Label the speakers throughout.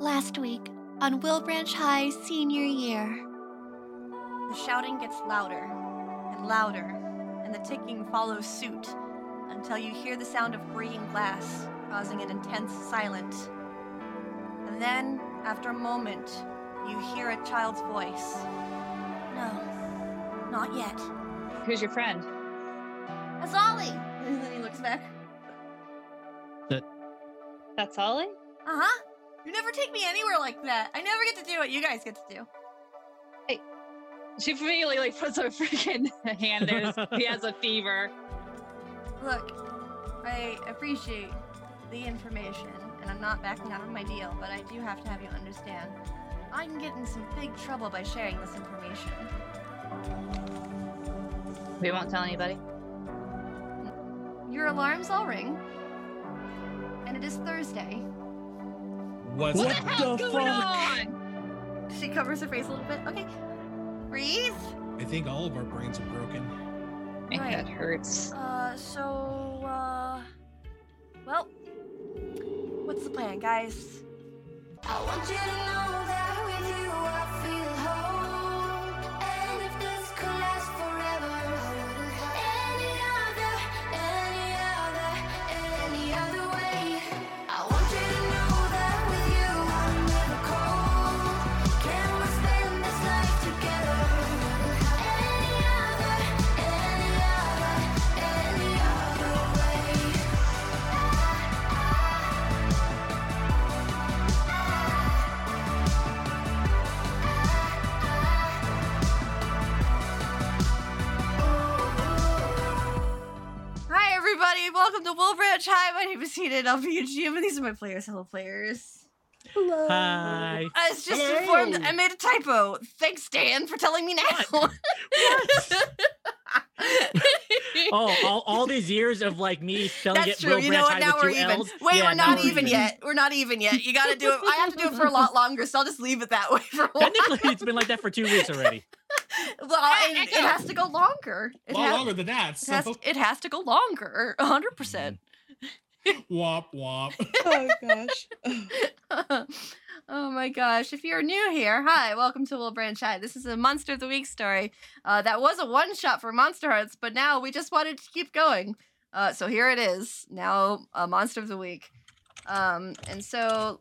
Speaker 1: Last week, on Will Branch High senior year.
Speaker 2: The shouting gets louder and louder, and the ticking follows suit until you hear the sound of breaking glass, causing an intense silence. And then, after a moment, you hear a child's voice. No, not yet.
Speaker 3: Who's your friend?
Speaker 2: Azali! And then he looks back.
Speaker 3: That's Ollie?
Speaker 2: Uh huh. You never take me anywhere like that. I never get to do what you guys get to do.
Speaker 3: She immediately like puts her freaking hand in. his- he has a fever.
Speaker 2: Look, I appreciate the information, and I'm not backing out of my deal, but I do have to have you understand. I can get in some big trouble by sharing this information.
Speaker 3: We won't tell anybody.
Speaker 2: Your alarms all ring, and it is Thursday.
Speaker 4: What's
Speaker 3: What, the hell's going on?
Speaker 2: She covers her face a little bit. Okay. Breathe.
Speaker 4: I think all of our brains are broken.
Speaker 3: Man,
Speaker 2: Right.
Speaker 3: that hurts.
Speaker 2: Uh, so, uh. Well, what's the plan, guys?
Speaker 5: I want you to know that with you I feel whole. And if this could last forever, I wouldn't have any other, any other, any other way. I want you to know that with you I'm never cold. Can we spend this life together? Any other, any other, any other way.
Speaker 2: Hi, everybody. Welcome to Wool Branch High. My name is Tina, and I'll be your GM, and these are my players. Hello, players.
Speaker 6: Hi.
Speaker 2: I was just informed I made a typo. Thanks, Dan, for telling me now.
Speaker 6: Oh, all, all these years of like me spelling
Speaker 2: That's
Speaker 6: it
Speaker 2: true.
Speaker 6: real
Speaker 2: You know what?
Speaker 6: Branch
Speaker 2: Now
Speaker 6: High
Speaker 2: we're
Speaker 6: with two
Speaker 2: even.
Speaker 6: L's.
Speaker 2: Wait,
Speaker 6: Yeah,
Speaker 2: we're
Speaker 6: now
Speaker 2: not even yet. We're not even yet. You gotta do it. I have to do it for a lot longer, so I'll just leave it that way for a while.
Speaker 6: Technically, it's been like that for two weeks already.
Speaker 2: Well, it, it has to go longer.
Speaker 4: A
Speaker 2: It,
Speaker 4: lot
Speaker 2: has,
Speaker 4: longer than that.
Speaker 2: it
Speaker 4: So
Speaker 2: has, it has to go longer. a hundred percent.
Speaker 4: womp womp.
Speaker 7: oh gosh.
Speaker 2: oh my gosh. If you're new here, hi, welcome to Will Branch High. This is a Monster of the Week story. Uh, that was a one shot for Monster Hearts, but now we just wanted to keep going. Uh, so here it is. Now, uh, Monster of the Week. Um, and so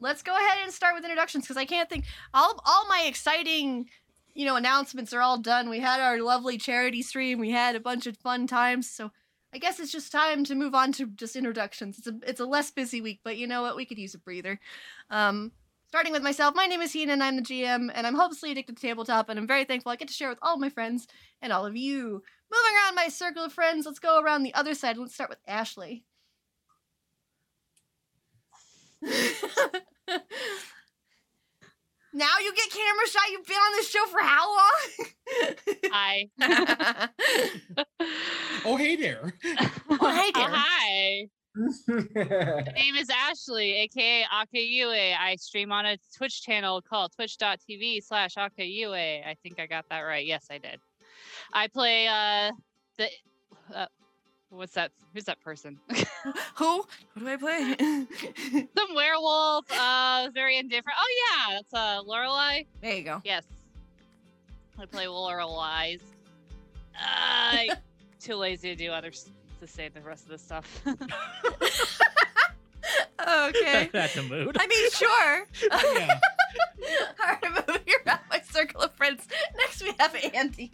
Speaker 2: let's go ahead and start with introductions because I can't think. All, all my exciting. You know, announcements are all done. We had our lovely charity stream. We had a bunch of fun times. So I guess it's just time to move on to just introductions. It's a it's a less busy week, but you know what? We could use a breather. Um, starting with myself, my name is Hina, and I'm the GM, and I'm hopelessly addicted to tabletop, and I'm very thankful I get to share with all my friends and all of you. Moving around my circle of friends, let's go around the other side. Let's start with Ashley. now you get camera shy. You've been on this show for how long?
Speaker 3: Hi.
Speaker 4: Oh hey there.
Speaker 2: hi
Speaker 3: Oh,
Speaker 2: there.
Speaker 3: hi. My name is Ashley, aka Akayue. I stream on a Twitch channel called twitch.tv slash Akayue. I think I got that right. Yes, I did. I play uh the uh, what's that who's that person?
Speaker 2: Who? Who do I play?
Speaker 3: Some werewolf, uh very indifferent. Oh yeah, that's uh Lorelei.
Speaker 2: there you go.
Speaker 3: Yes. I play Lorelei's. Uh, too lazy to do others to say the rest of the stuff.
Speaker 2: Okay.
Speaker 6: That's a mood.
Speaker 2: I mean, sure.
Speaker 4: yeah.
Speaker 2: All right, moving around my circle of friends. Next, we have Andy.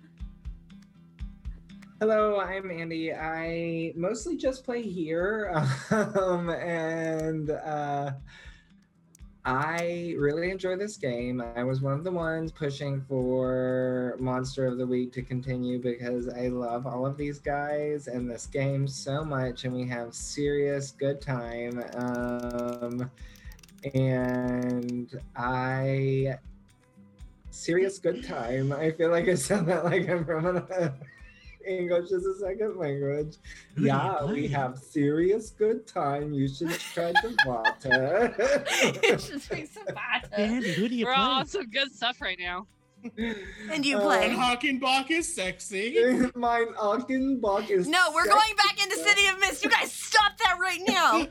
Speaker 8: Hello, I'm Andy. I mostly just play here, um, and uh, I really enjoy this game. I was one of the ones pushing for Monster of the Week to continue because I love all of these guys and this game so much, and we have serious good time. Um, and I serious good time. I feel like I sound that like I'm from an English is a second language.
Speaker 6: Ooh,
Speaker 8: Yeah, we
Speaker 6: buddy.
Speaker 8: have serious good time. You should try to water.
Speaker 2: She's doing some bad.
Speaker 6: Uh, Andy, who do you
Speaker 3: We're
Speaker 6: play?
Speaker 3: all on some good stuff right now.
Speaker 2: And you
Speaker 8: Uh,
Speaker 2: play.
Speaker 4: And Hockenbach is sexy.
Speaker 8: Mine Ockenbach is.
Speaker 2: No, we're
Speaker 8: sexy.
Speaker 2: going back into City of Mist. You guys stop that right now.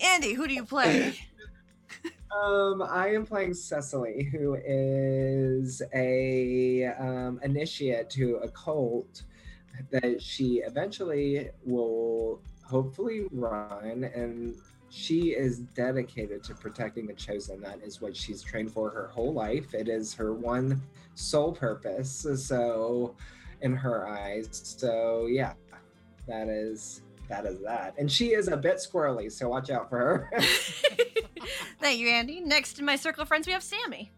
Speaker 2: Andy, who do you play?
Speaker 8: Um, I am playing Cecily, who is a um, initiate to a cult that she eventually will hopefully run, and she is dedicated to protecting the chosen. That is what she's trained for her whole life. It is her one sole purpose. So, in her eyes, so yeah, that is that is that. And she is a bit squirrely, so watch out for her.
Speaker 2: Thank you, Andy. Next in my circle of friends, we have Sammy.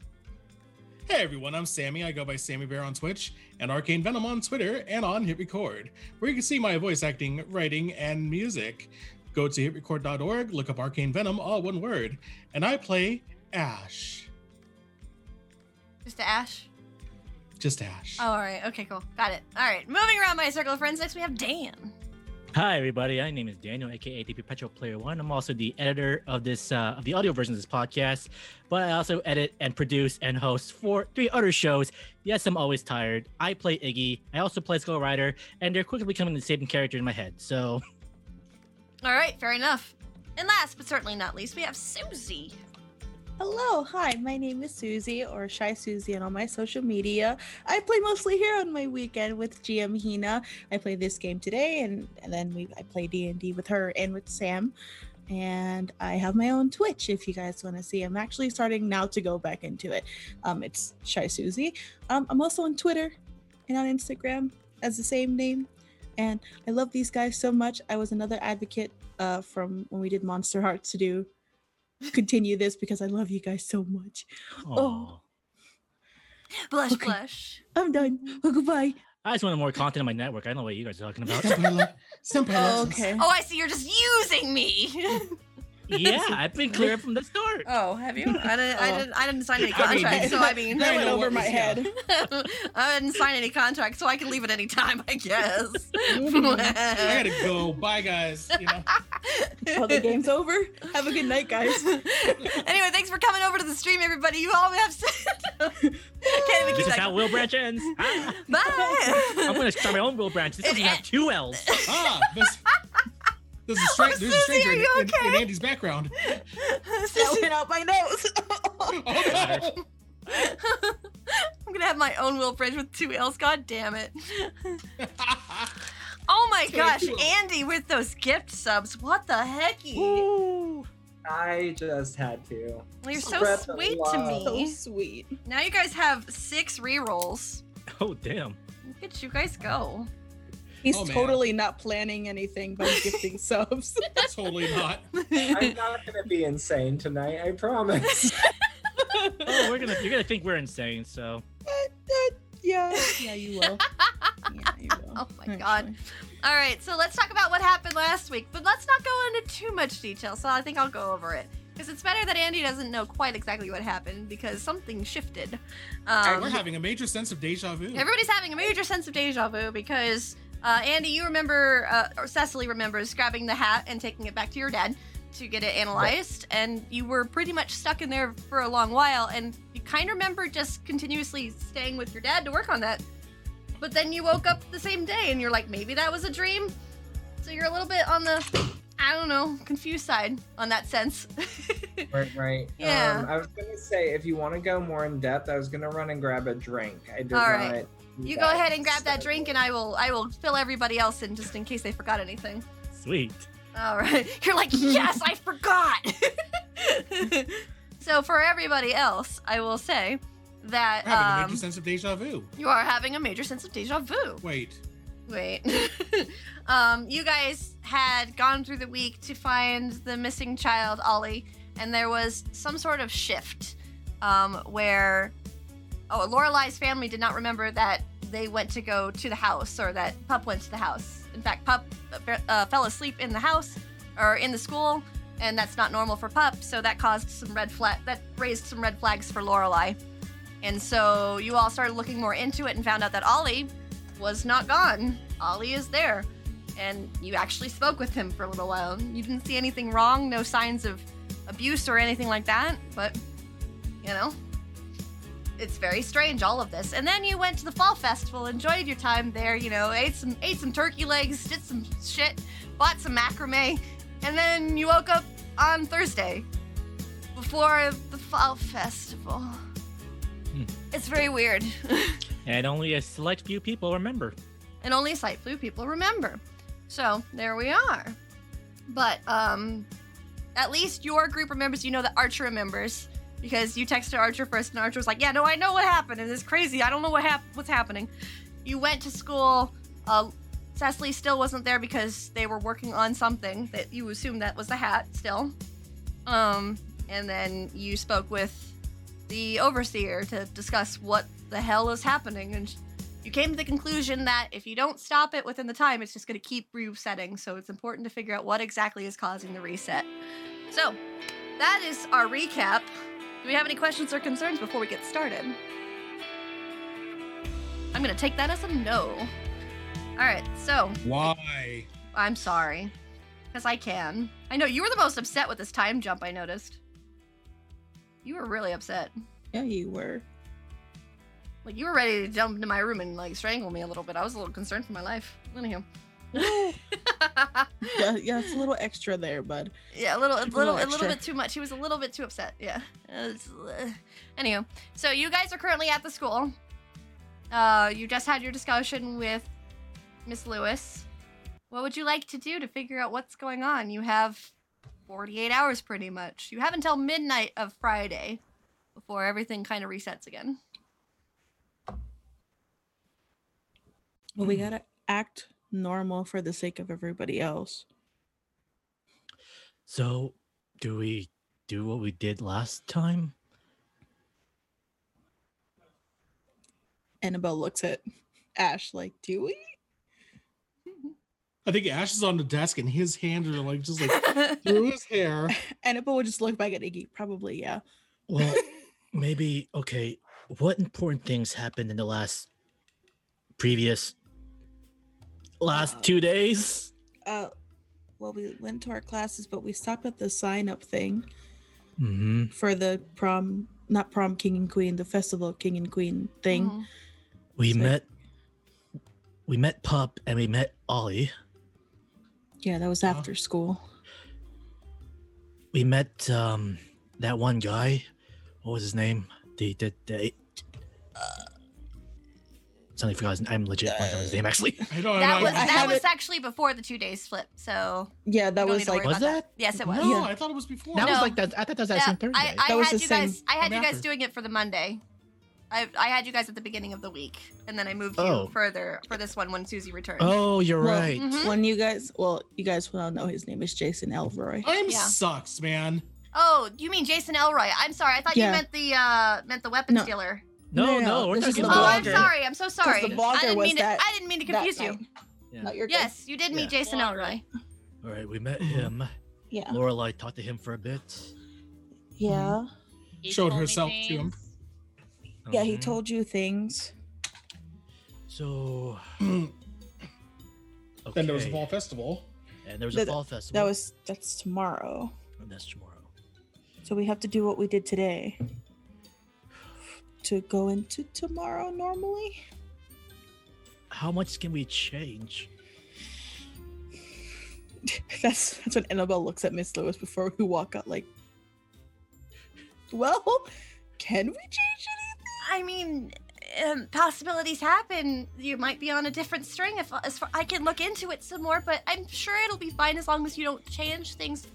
Speaker 4: Hey everyone, I'm Sammy. I go by Sammy Bear on Twitch and Arcane Venom on Twitter and on Hit Record, where you can see my voice acting, writing, and music. Go to hitrecord.org, look up Arcane Venom, all one word, and I play Ash.
Speaker 2: Just to Ash.
Speaker 4: Just Ash.
Speaker 2: Oh, all right. Okay, cool. Got it. All right. Moving around my circle of friends, next we have Dan.
Speaker 6: Hi, everybody. My name is Daniel, aka the Perpetual Player One. I'm also the editor of this uh, of the audio version of this podcast, but I also edit and produce and host for three other shows. Yes, I'm always tired. I play Iggy. I also play Skull Rider, and they're quickly becoming the same character in my head. So
Speaker 2: All right, fair enough. And last but certainly not least, we have Susie.
Speaker 7: Hello, hi, my name is Susie or Shy Susie on all my social media. I play mostly here on my weekend with GM Hina. I play this game today and, and then we I play D&D with her and with Sam. And I have my own Twitch if you guys want to see. I'm actually starting now to go back into it. Um, it's Shy Susie. Um, I'm also on Twitter and on Instagram as the same name. And I love these guys so much. I was another advocate uh, from when we did Monster Hearts to do continue this because I love you guys so much.
Speaker 6: aw.
Speaker 2: Blush,
Speaker 7: Okay.
Speaker 2: blush.
Speaker 7: I'm done. Oh, goodbye.
Speaker 6: I just wanted more content on my network. I don't know what you guys are talking about.
Speaker 4: Simple, simple lessons.
Speaker 7: okay.
Speaker 2: Oh, I see. You're just using me.
Speaker 6: yeah, I've been clear from the start.
Speaker 2: oh, have you? I didn't. I
Speaker 7: Oh.
Speaker 2: didn't. I didn't sign any
Speaker 4: I mean,
Speaker 2: contract, so I mean,
Speaker 7: that
Speaker 4: I
Speaker 7: went
Speaker 4: know
Speaker 7: over
Speaker 4: what
Speaker 7: my
Speaker 4: was-
Speaker 7: head.
Speaker 2: I didn't sign any contract, so I can leave at any time. I guess.
Speaker 4: I gotta go. Bye guys. You know.
Speaker 7: Oh, the game's over. Have a good night, guys.
Speaker 2: anyway, thanks for coming over to the stream, everybody. You all have. Can't even keep
Speaker 6: This is
Speaker 2: that
Speaker 6: how
Speaker 2: going.
Speaker 6: Will Branch ends. Ah, I'm
Speaker 2: Bye.
Speaker 6: gonna start my own Will Branch. This
Speaker 2: It
Speaker 6: doesn't have two L's.
Speaker 4: Ah, this, there's a, stra-
Speaker 2: Oh,
Speaker 4: there's
Speaker 2: Susie,
Speaker 4: a stranger
Speaker 2: are
Speaker 4: in,
Speaker 2: you
Speaker 4: in- in
Speaker 2: okay?
Speaker 4: Andy's background.
Speaker 7: that went out my nose.
Speaker 4: Oh no!
Speaker 2: I'm gonna have my own Will Bridge with two L's. God damn it. Oh my
Speaker 4: Two
Speaker 2: gosh,
Speaker 4: L's.
Speaker 2: Andy with those gift subs. What the hecky?
Speaker 8: I just had to.
Speaker 2: You're so
Speaker 8: Spread the
Speaker 2: sweet to
Speaker 8: love.
Speaker 7: so
Speaker 2: me.
Speaker 7: sweet.
Speaker 2: Now you guys have six rerolls.
Speaker 6: Oh damn.
Speaker 2: Look at you guys go.
Speaker 7: He's
Speaker 4: Oh, man.
Speaker 7: totally not planning anything but gifting subs.
Speaker 4: totally not.
Speaker 8: I'm not gonna be insane tonight. I promise.
Speaker 6: Oh, we're gonna you're gonna think we're insane. So
Speaker 7: yeah. Yeah, you will. Yeah, you will.
Speaker 2: Oh my God. All right, so let's talk about what happened last week, but let's not go into too much detail, so I think I'll go over it. Because it's better that Andy doesn't know quite exactly what happened because something shifted. Um,
Speaker 4: We're having a major sense of deja vu.
Speaker 2: Everybody's having a major sense of deja vu because uh, Andy, you remember, uh, or Cecily remembers grabbing the hat and taking it back to your dad to get it analyzed, and you were pretty much stuck in there for a long while, and you kind of remember just continuously staying with your dad to work on that. But then you woke up the same day, and you're like, maybe that was a dream. So you're a little bit on the, I don't know, confused side on that sense.
Speaker 8: right, right.
Speaker 2: Yeah.
Speaker 8: Um, I was gonna say if you want to go more in depth, I was gonna run and grab a drink. I did
Speaker 2: All
Speaker 8: not.
Speaker 2: right.
Speaker 8: do
Speaker 2: you go
Speaker 8: that,
Speaker 2: ahead and grab that
Speaker 8: so-
Speaker 2: drink, and I will, I will fill everybody else in just in case they forgot anything.
Speaker 6: sweet.
Speaker 2: All right. You're like, yes, I forgot. so for everybody else, I will say
Speaker 4: We're having
Speaker 2: that
Speaker 4: a major
Speaker 2: um,
Speaker 4: sense of deja vu.
Speaker 2: you are having a major sense of deja vu.
Speaker 4: Wait.
Speaker 2: Wait. um, you guys had gone through the week to find the missing child, Ollie, and there was some sort of shift um, where, oh, Lorelai's family did not remember that they went to go to the house or that Pup went to the house. In fact, Pup uh, uh, fell asleep in the house or in the school, and that's not normal for Pup. So that caused some red flag. That raised some red flags for Lorelai. And so you all started looking more into it and found out that Ollie was not gone. Ollie is there. And you actually spoke with him for a little while. You didn't see anything wrong, no signs of abuse or anything like that, but you know, it's very strange all of this. And then you went to the fall festival, enjoyed your time there. You know, ate some ate some turkey legs, did some shit, bought some macrame, and then you woke up on Thursday before the fall festival. It's very weird.
Speaker 6: And only a select few people remember.
Speaker 2: and only sight blue people remember. So there we are. But um, at least your group remembers. You know that Archer remembers because you texted Archer first, and Archer was like, "Yeah, no, I know what happened, and it's crazy. I don't know what hap- what's happening." You went to school. Uh, Cecily still wasn't there because they were working on something that you assumed that was the hat still. Um, and then you spoke with the overseer to discuss what the hell is happening, and you came to the conclusion that if you don't stop it within the time, it's just going to keep resetting. So it's important to figure out what exactly is causing the reset. So that is our recap. Do we have any questions or concerns before we get started? I'm going to take that as a no. All right, so
Speaker 4: Why?
Speaker 2: I'm sorry. Because I can. I know you were the most upset with this time jump, I noticed. You were really upset.
Speaker 7: Yeah, you were.
Speaker 2: Like, you were ready to jump into my room and, like, strangle me a little bit. I was a little concerned for my life. Anyhow.
Speaker 7: Yeah, yeah, it's a little extra there, bud.
Speaker 2: Yeah, a little, a
Speaker 7: Took a
Speaker 2: little,
Speaker 7: little
Speaker 2: a little
Speaker 7: extra.
Speaker 2: bit too much. He was a little bit too upset. Yeah. Uh, it's, uh, Anyhow, so you guys are currently at the school. Uh, you just had your discussion with Miss Lewis. What would you like to do to figure out what's going on? You have 48 hours, pretty much. You have until midnight of Friday before everything kind of resets again.
Speaker 7: Well, we gotta act normal for the sake of everybody else.
Speaker 6: So, do we do what we did last time?
Speaker 7: Annabelle looks at Ash like, "Do we?"
Speaker 4: I think Ash is on the desk and his hands are like just like through his hair.
Speaker 7: Annabelle would just look back at Iggy. Probably, yeah.
Speaker 6: Well, maybe okay. What important things happened in the last previous last
Speaker 7: Uh,
Speaker 6: two days?
Speaker 7: Uh, well, we went to our classes, but we stopped at the sign-up thing
Speaker 6: Mm-hmm.
Speaker 7: for the prom, not prom king and queen, the festival king and queen thing.
Speaker 2: Mhm.
Speaker 6: We
Speaker 7: So-
Speaker 6: met we met Pup and we met Ollie.
Speaker 7: Yeah, that was
Speaker 4: Huh?
Speaker 7: after school.
Speaker 6: We met um that one guy. What was his name? The the, the uh, suddenly forgot his I'm legit blanking on his name actually.
Speaker 4: I don't
Speaker 2: That
Speaker 4: know.
Speaker 2: was
Speaker 7: I
Speaker 2: that
Speaker 7: have
Speaker 2: was
Speaker 7: it-
Speaker 2: actually before the two days flip. So
Speaker 7: Yeah, that
Speaker 2: don't need
Speaker 7: was
Speaker 2: to
Speaker 7: like
Speaker 2: worry
Speaker 6: Was
Speaker 2: about that.
Speaker 6: that?
Speaker 2: yes, it was.
Speaker 4: No,
Speaker 7: Yeah.
Speaker 4: Oh, I thought it was before.
Speaker 6: That
Speaker 2: No.
Speaker 6: was like that I thought that was that same Thursday.
Speaker 2: I, I
Speaker 7: That was
Speaker 2: had
Speaker 7: the
Speaker 2: you
Speaker 7: same
Speaker 2: guys. I had you guys
Speaker 4: matter.
Speaker 2: doing it for the Monday. I, I had you guys at the beginning of the week, and then I moved
Speaker 6: Oh.
Speaker 2: you further for this one when Susie returned.
Speaker 6: oh, you're
Speaker 7: Well, mm-hmm.
Speaker 6: right.
Speaker 2: Mhm.
Speaker 7: when you guys. Well, you guys will know his name is Jason Elroy.
Speaker 4: Time
Speaker 2: Yeah.
Speaker 4: sucks, man.
Speaker 2: Oh, you mean Jason Elroy? I'm sorry. I thought
Speaker 7: Yeah.
Speaker 2: you meant the uh meant the weapons
Speaker 7: No.
Speaker 2: dealer.
Speaker 6: No,
Speaker 7: No,
Speaker 6: no, we're
Speaker 7: this
Speaker 6: not
Speaker 7: is
Speaker 6: getting
Speaker 7: the
Speaker 2: Oh,
Speaker 7: The
Speaker 2: I'm
Speaker 7: blogger.
Speaker 2: sorry. I'm so sorry.
Speaker 7: the blogger
Speaker 2: I didn't
Speaker 7: was
Speaker 2: mean
Speaker 7: that-
Speaker 2: to. I didn't mean to
Speaker 7: That
Speaker 2: confuse you.
Speaker 7: night.
Speaker 6: Yeah.
Speaker 7: Not your guy.
Speaker 2: Yes, you did meet
Speaker 6: Yeah.
Speaker 2: Jason Elroy.
Speaker 6: All right, we met
Speaker 4: Mhm.
Speaker 6: him.
Speaker 7: Yeah.
Speaker 6: Lorelai talked to him for a bit.
Speaker 7: Yeah.
Speaker 3: He
Speaker 4: Showed
Speaker 3: told me
Speaker 4: herself to him.
Speaker 3: things.
Speaker 7: Yeah, he
Speaker 6: Mhm.
Speaker 7: told you things.
Speaker 6: So
Speaker 4: then
Speaker 6: okay.
Speaker 4: there was a fall festival.
Speaker 6: and there was a
Speaker 7: That-
Speaker 6: fall festival.
Speaker 7: That was that's tomorrow.
Speaker 6: and that's tomorrow.
Speaker 7: So we have to do what we did today to go into tomorrow normally.
Speaker 6: How much can we change?
Speaker 7: That's that's when Annabelle looks at Miss Lewis before we walk out. Like, well, can we change
Speaker 2: I mean, um, possibilities happen. You might be on a different string. If as far, I can look into it some more, but I'm sure it'll be fine as long as you don't change things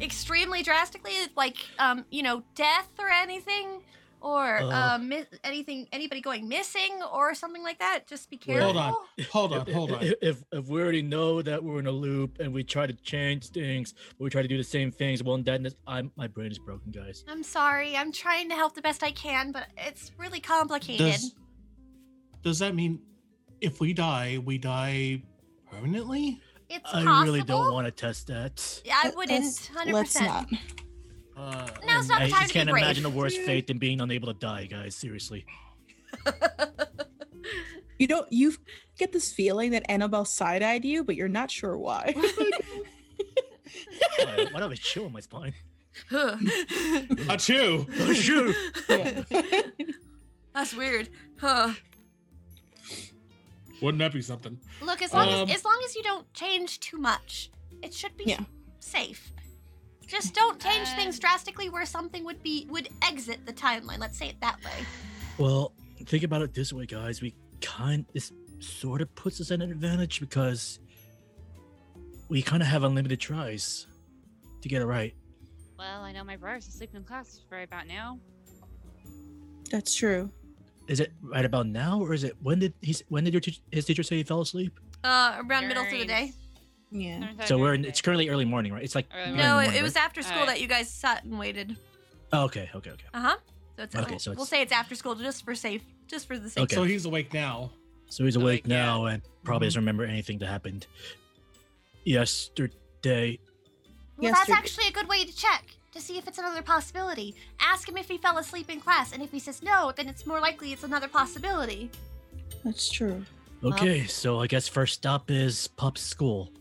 Speaker 2: extremely drastically, like um, you know, death or anything, or
Speaker 6: Oh.
Speaker 2: uh, mi- anything, anybody going missing or something like that. Just be
Speaker 6: Wait.
Speaker 2: careful.
Speaker 4: Hold on. Hold on.
Speaker 6: if,
Speaker 4: Hold on.
Speaker 6: if- If, if we already know that we're in a loop and we try to change things, we try to do the same things, well, then it's- I'm, my brain is broken, guys.
Speaker 2: I'm sorry. I'm trying to help the best I can, but it's really complicated.
Speaker 4: Does, does that mean if we die, we die permanently?
Speaker 2: it's
Speaker 6: I
Speaker 2: possible.
Speaker 6: really don't want to test that.
Speaker 2: Yeah, I
Speaker 7: Let- let's-
Speaker 2: wouldn't.
Speaker 7: it?
Speaker 2: Hundred
Speaker 7: Let's
Speaker 2: percent.
Speaker 7: not.
Speaker 4: Uh,
Speaker 2: Now's
Speaker 4: and-
Speaker 2: not
Speaker 6: I
Speaker 2: the time to
Speaker 6: just
Speaker 2: be
Speaker 6: can't
Speaker 2: brave.
Speaker 6: imagine a worse fate than being unable to die, guys. Seriously.
Speaker 7: You don't. You get this feeling that Annabelle side eyed you, but you're not sure why.
Speaker 6: Why why do I have a chill on my spine?
Speaker 4: Achoo!
Speaker 6: Achoo!
Speaker 7: Yeah.
Speaker 2: That's weird. Huh.
Speaker 4: Wouldn't that be something?
Speaker 1: Look, as long
Speaker 4: Um,
Speaker 1: as as long as you don't change too much, it should be
Speaker 7: Yeah.
Speaker 1: safe. Just don't change
Speaker 3: Uh,
Speaker 1: things drastically where something would be would exit the timeline. Let's say it that way.
Speaker 6: Well, think about it this way, guys. We kind this sort of puts us at an advantage because we kind of have unlimited tries to get it right.
Speaker 3: Well, I know my brother's asleep in class right about now.
Speaker 7: That's true.
Speaker 6: Is it right about now, or is it when did he's when did your teach, his teacher say he fell asleep?
Speaker 2: Uh, around middle through the day.
Speaker 3: During-
Speaker 7: Yeah.
Speaker 3: during
Speaker 6: so we're in,
Speaker 3: Saturday.
Speaker 6: it's currently early morning, right? It's like
Speaker 3: Early
Speaker 6: nine in the
Speaker 2: No, it,
Speaker 6: morning,
Speaker 2: it was
Speaker 6: right?
Speaker 2: after school
Speaker 3: Alright.
Speaker 2: that you guys sat and waited.
Speaker 6: Oh, okay, okay, okay.
Speaker 2: Uh huh. So it's
Speaker 6: Okay,
Speaker 2: we'll,
Speaker 6: so
Speaker 2: we'll
Speaker 6: it's-
Speaker 2: say it's after school just for safe, just for the sake.
Speaker 6: Okay.
Speaker 4: So he's awake now.
Speaker 6: So he's
Speaker 3: So,
Speaker 6: awake
Speaker 3: like, yeah. Mm-hmm.
Speaker 6: now and probably doesn't remember anything that happened yesterday.
Speaker 1: Well,
Speaker 7: Yesterday-
Speaker 1: that's actually a good way to check to see if it's another possibility. Ask him if he fell asleep in class, and if he says no, then it's more likely it's another possibility.
Speaker 7: That's true.
Speaker 6: Okay, so I guess first stop is Pup's school.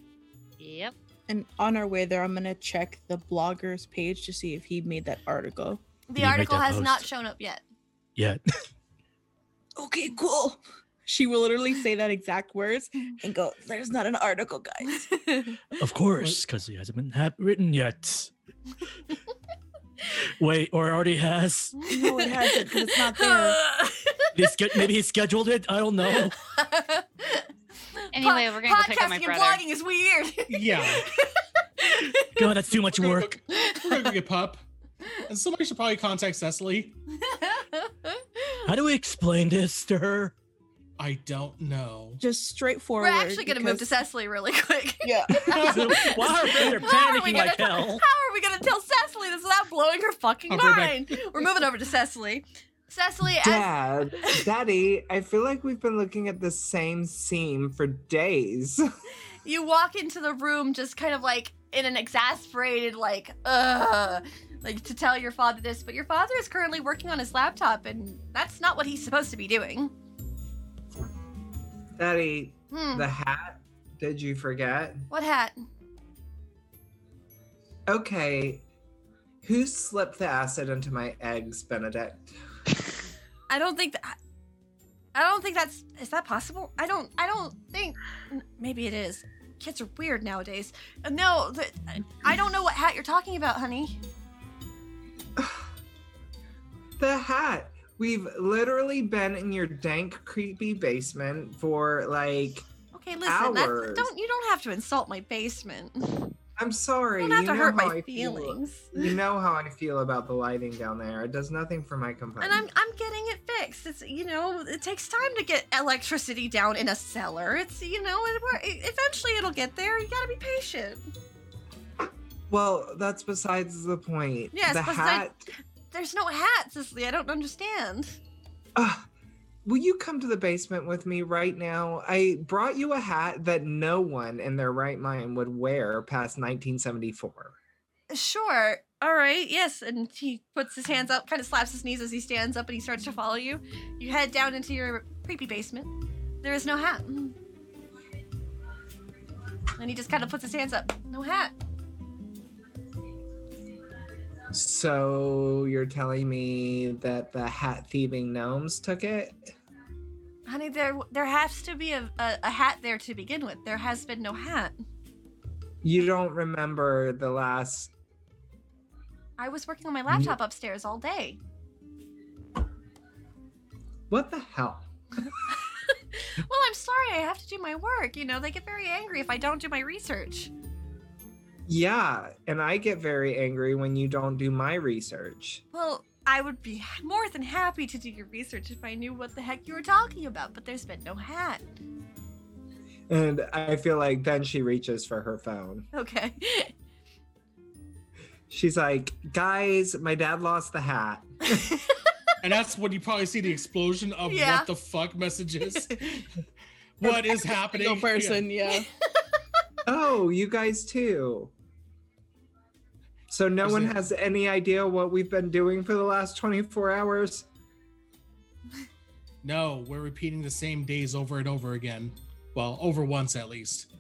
Speaker 3: Yep.
Speaker 7: And on our way there, I'm gonna check the blogger's page to see if he made that article.
Speaker 1: The
Speaker 6: You make
Speaker 1: article
Speaker 6: that
Speaker 1: has not
Speaker 6: post.
Speaker 1: shown up yet.
Speaker 6: Yeah.
Speaker 7: Okay, cool. She will literally say that exact words and go, "There's not an article, guys."
Speaker 6: Of course, because it hasn't been hap- written yet. Wait, or already has.
Speaker 7: no, it hasn't because it's not there.
Speaker 6: He sch- maybe he scheduled it. I don't know.
Speaker 3: Anyway, we're gonna go pick up my
Speaker 2: Podcasting
Speaker 3: brother.
Speaker 2: and blogging is weird.
Speaker 4: Yeah.
Speaker 6: God, that's too much
Speaker 4: We're gonna
Speaker 6: work.
Speaker 4: go- We're gonna go get pup. And somebody should probably contact Cecily.
Speaker 6: How do we explain this to her?
Speaker 4: I don't know.
Speaker 7: Just straightforward.
Speaker 2: We're actually gonna move to
Speaker 7: because-
Speaker 2: Cecily really quick.
Speaker 7: Yeah.
Speaker 6: Why are they
Speaker 2: How are we
Speaker 6: panicking
Speaker 2: gonna
Speaker 6: like
Speaker 2: tell-
Speaker 6: hell?
Speaker 2: How are we gonna tell Cecily this without blowing her fucking
Speaker 4: I'll be right back.
Speaker 2: mind? We're moving over to Cecily. Cecily, as,
Speaker 8: Dad, Daddy, I feel like we've been looking at the same scene for days.
Speaker 2: you walk into the room just kind of like in an exasperated, like, ugh, like to tell your father this, but your father is currently working on his laptop and that's not what he's supposed to be doing.
Speaker 8: Daddy,
Speaker 2: Hmm.
Speaker 8: the hat, did you forget?
Speaker 2: What hat?
Speaker 8: Okay, who slipped the acid into my eggs, Benedict?
Speaker 2: I don't think that. I don't think that's is that possible? I don't. I don't think. n- Maybe it is. Kids are weird nowadays. Uh, No, the, I don't know what hat you're talking about, honey.
Speaker 8: The hat. We've literally been in your dank, creepy basement for like.
Speaker 2: Okay, listen. That's,
Speaker 8: Hours.
Speaker 2: don't you don't have to insult my basement. You
Speaker 8: I'm sorry.
Speaker 2: don't have
Speaker 8: you
Speaker 2: to
Speaker 8: know
Speaker 2: hurt
Speaker 8: how
Speaker 2: my
Speaker 8: I feel.
Speaker 2: feelings.
Speaker 8: You know how I feel about the lighting down there. It does nothing for my complaint.
Speaker 2: And I'm I'm getting it fixed. It's you know it takes time to get electricity down in a cellar. It's you know it, wor- it, eventually it'll get there. You gotta be patient.
Speaker 8: Well, that's besides the point.
Speaker 2: Yes,
Speaker 8: the
Speaker 2: besides-
Speaker 8: hat.
Speaker 2: There's no hat, Cicely. I don't understand.
Speaker 8: Ugh. will you come to the basement with me right now? I brought you a hat that no one in their right mind would wear past 1974.
Speaker 2: Sure. All right. Yes. And he puts his hands up, kind of slaps his knees as he stands up and he starts to follow you. You head down into your creepy basement. There is no hat. Mm. And he just kind of puts his hands up. No hat.
Speaker 8: So you're telling me that the hat thieving gnomes took it?
Speaker 2: Honey, there there has to be a, a, a hat there to begin with. There has been no hat.
Speaker 8: You don't remember the last.
Speaker 2: I was working on my laptop upstairs all day.
Speaker 8: What the hell?
Speaker 2: Well, I'm sorry. I have to do my work. You know, they get very angry if I don't do my research.
Speaker 8: Yeah, and I get very angry when you don't do my research.
Speaker 2: Well, I would be more than happy to do your research if I knew what the heck you were talking about, but there's been no hat.
Speaker 8: And I feel like then she reaches for her phone.
Speaker 2: Okay.
Speaker 8: She's like, guys, my dad lost the hat.
Speaker 4: And that's when you probably see the explosion of
Speaker 2: Yeah.
Speaker 4: what the fuck messages. what is happening?
Speaker 7: Single
Speaker 4: Yeah.
Speaker 7: person, yeah.
Speaker 8: Oh, you guys too. So no
Speaker 4: Is
Speaker 8: one
Speaker 4: it-
Speaker 8: has any idea what we've been doing for the last 24 hours.
Speaker 4: No, we're repeating the same days over and over again. Well, over once at least.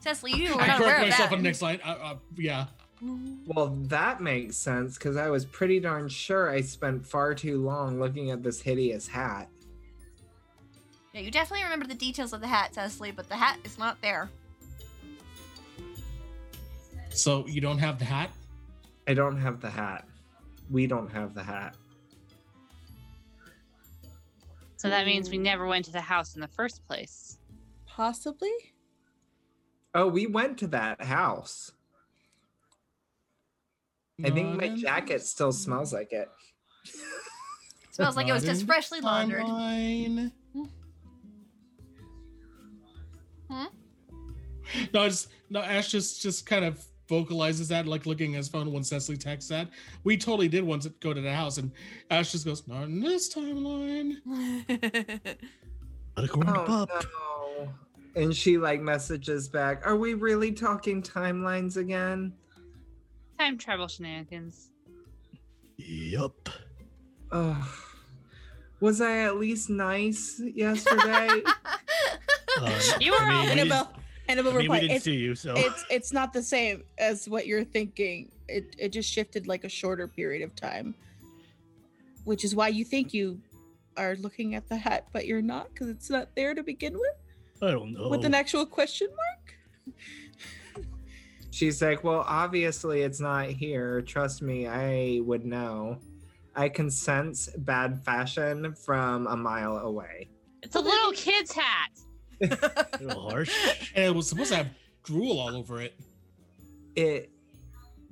Speaker 2: Cecily, you were
Speaker 4: I
Speaker 2: not aware
Speaker 4: correct
Speaker 2: of that.
Speaker 4: myself
Speaker 2: Mm.
Speaker 4: on the next line. Uh, uh, yeah.
Speaker 8: Well, that makes sense because I was pretty darn sure I spent far too long looking at this hideous hat.
Speaker 2: Yeah, you definitely remember the details of the hat, Cecily, but the hat is not there.
Speaker 4: So you don't have the hat?
Speaker 8: I don't have the hat. We don't have the hat.
Speaker 3: So that means we never went to the house in the first place.
Speaker 7: Possibly?
Speaker 8: Oh, we went to that house. I think my
Speaker 4: Not in-
Speaker 8: jacket still smells like it.
Speaker 2: smells like it was
Speaker 4: not in
Speaker 2: just
Speaker 4: the
Speaker 2: freshly laundered.
Speaker 4: timeline.
Speaker 2: Hmm?
Speaker 4: No, it's no. Ash just just kind of vocalizes that, like looking at his phone when Cecily texts that. We totally did once go to the house, and Ash just goes, "Not in this timeline."
Speaker 6: According to
Speaker 8: Oh
Speaker 6: Bob.
Speaker 8: no. And she like messages back, Are we really talking timelines again?
Speaker 3: Time travel shenanigans.
Speaker 6: Yup.
Speaker 8: Ugh. Was I at least nice yesterday?
Speaker 6: Um,
Speaker 3: You were
Speaker 6: I mean,
Speaker 3: all-
Speaker 6: we didn't-
Speaker 7: Annabelle, Annabelle
Speaker 6: I mean, we
Speaker 7: replied,
Speaker 6: didn't
Speaker 7: it's,
Speaker 6: see you, so
Speaker 7: it's, it's not the same as what you're thinking. It, it just shifted like a shorter period of time, which is why you think you are looking at the hat, but you're not because it's not there to begin with,
Speaker 6: I don't know.
Speaker 7: with an actual question mark.
Speaker 8: She's like, Well, obviously it's not here. Trust me, I would know. I can sense bad fashion from a mile away.
Speaker 3: It's a little kid's hat.
Speaker 6: A little harsh.
Speaker 4: And it was supposed to have drool all over it.
Speaker 8: It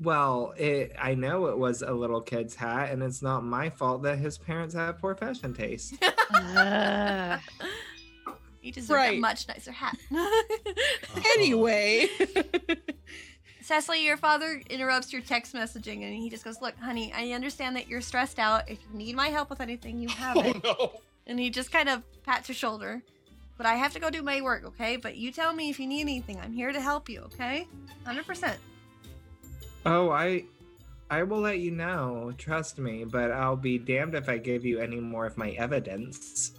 Speaker 8: well, it I know it was a little kid's hat, and it's not my fault that his parents have poor fashion taste.
Speaker 2: you deserve a
Speaker 7: Right.
Speaker 2: much nicer hat.
Speaker 6: Uh-huh.
Speaker 7: Anyway.
Speaker 2: Cecily, your father interrupts your text messaging and he just goes, Look, honey, I understand that you're stressed out. If you need my help with anything, you have
Speaker 4: Oh
Speaker 2: it.
Speaker 4: no!
Speaker 2: And he just kind of pats her shoulder. But I have to go do my work, okay? But you tell me if you need anything. I'm here to help you, okay? 100%.
Speaker 8: Oh, I I will let you know, trust me, but I'll be damned if I give you any more of my evidence.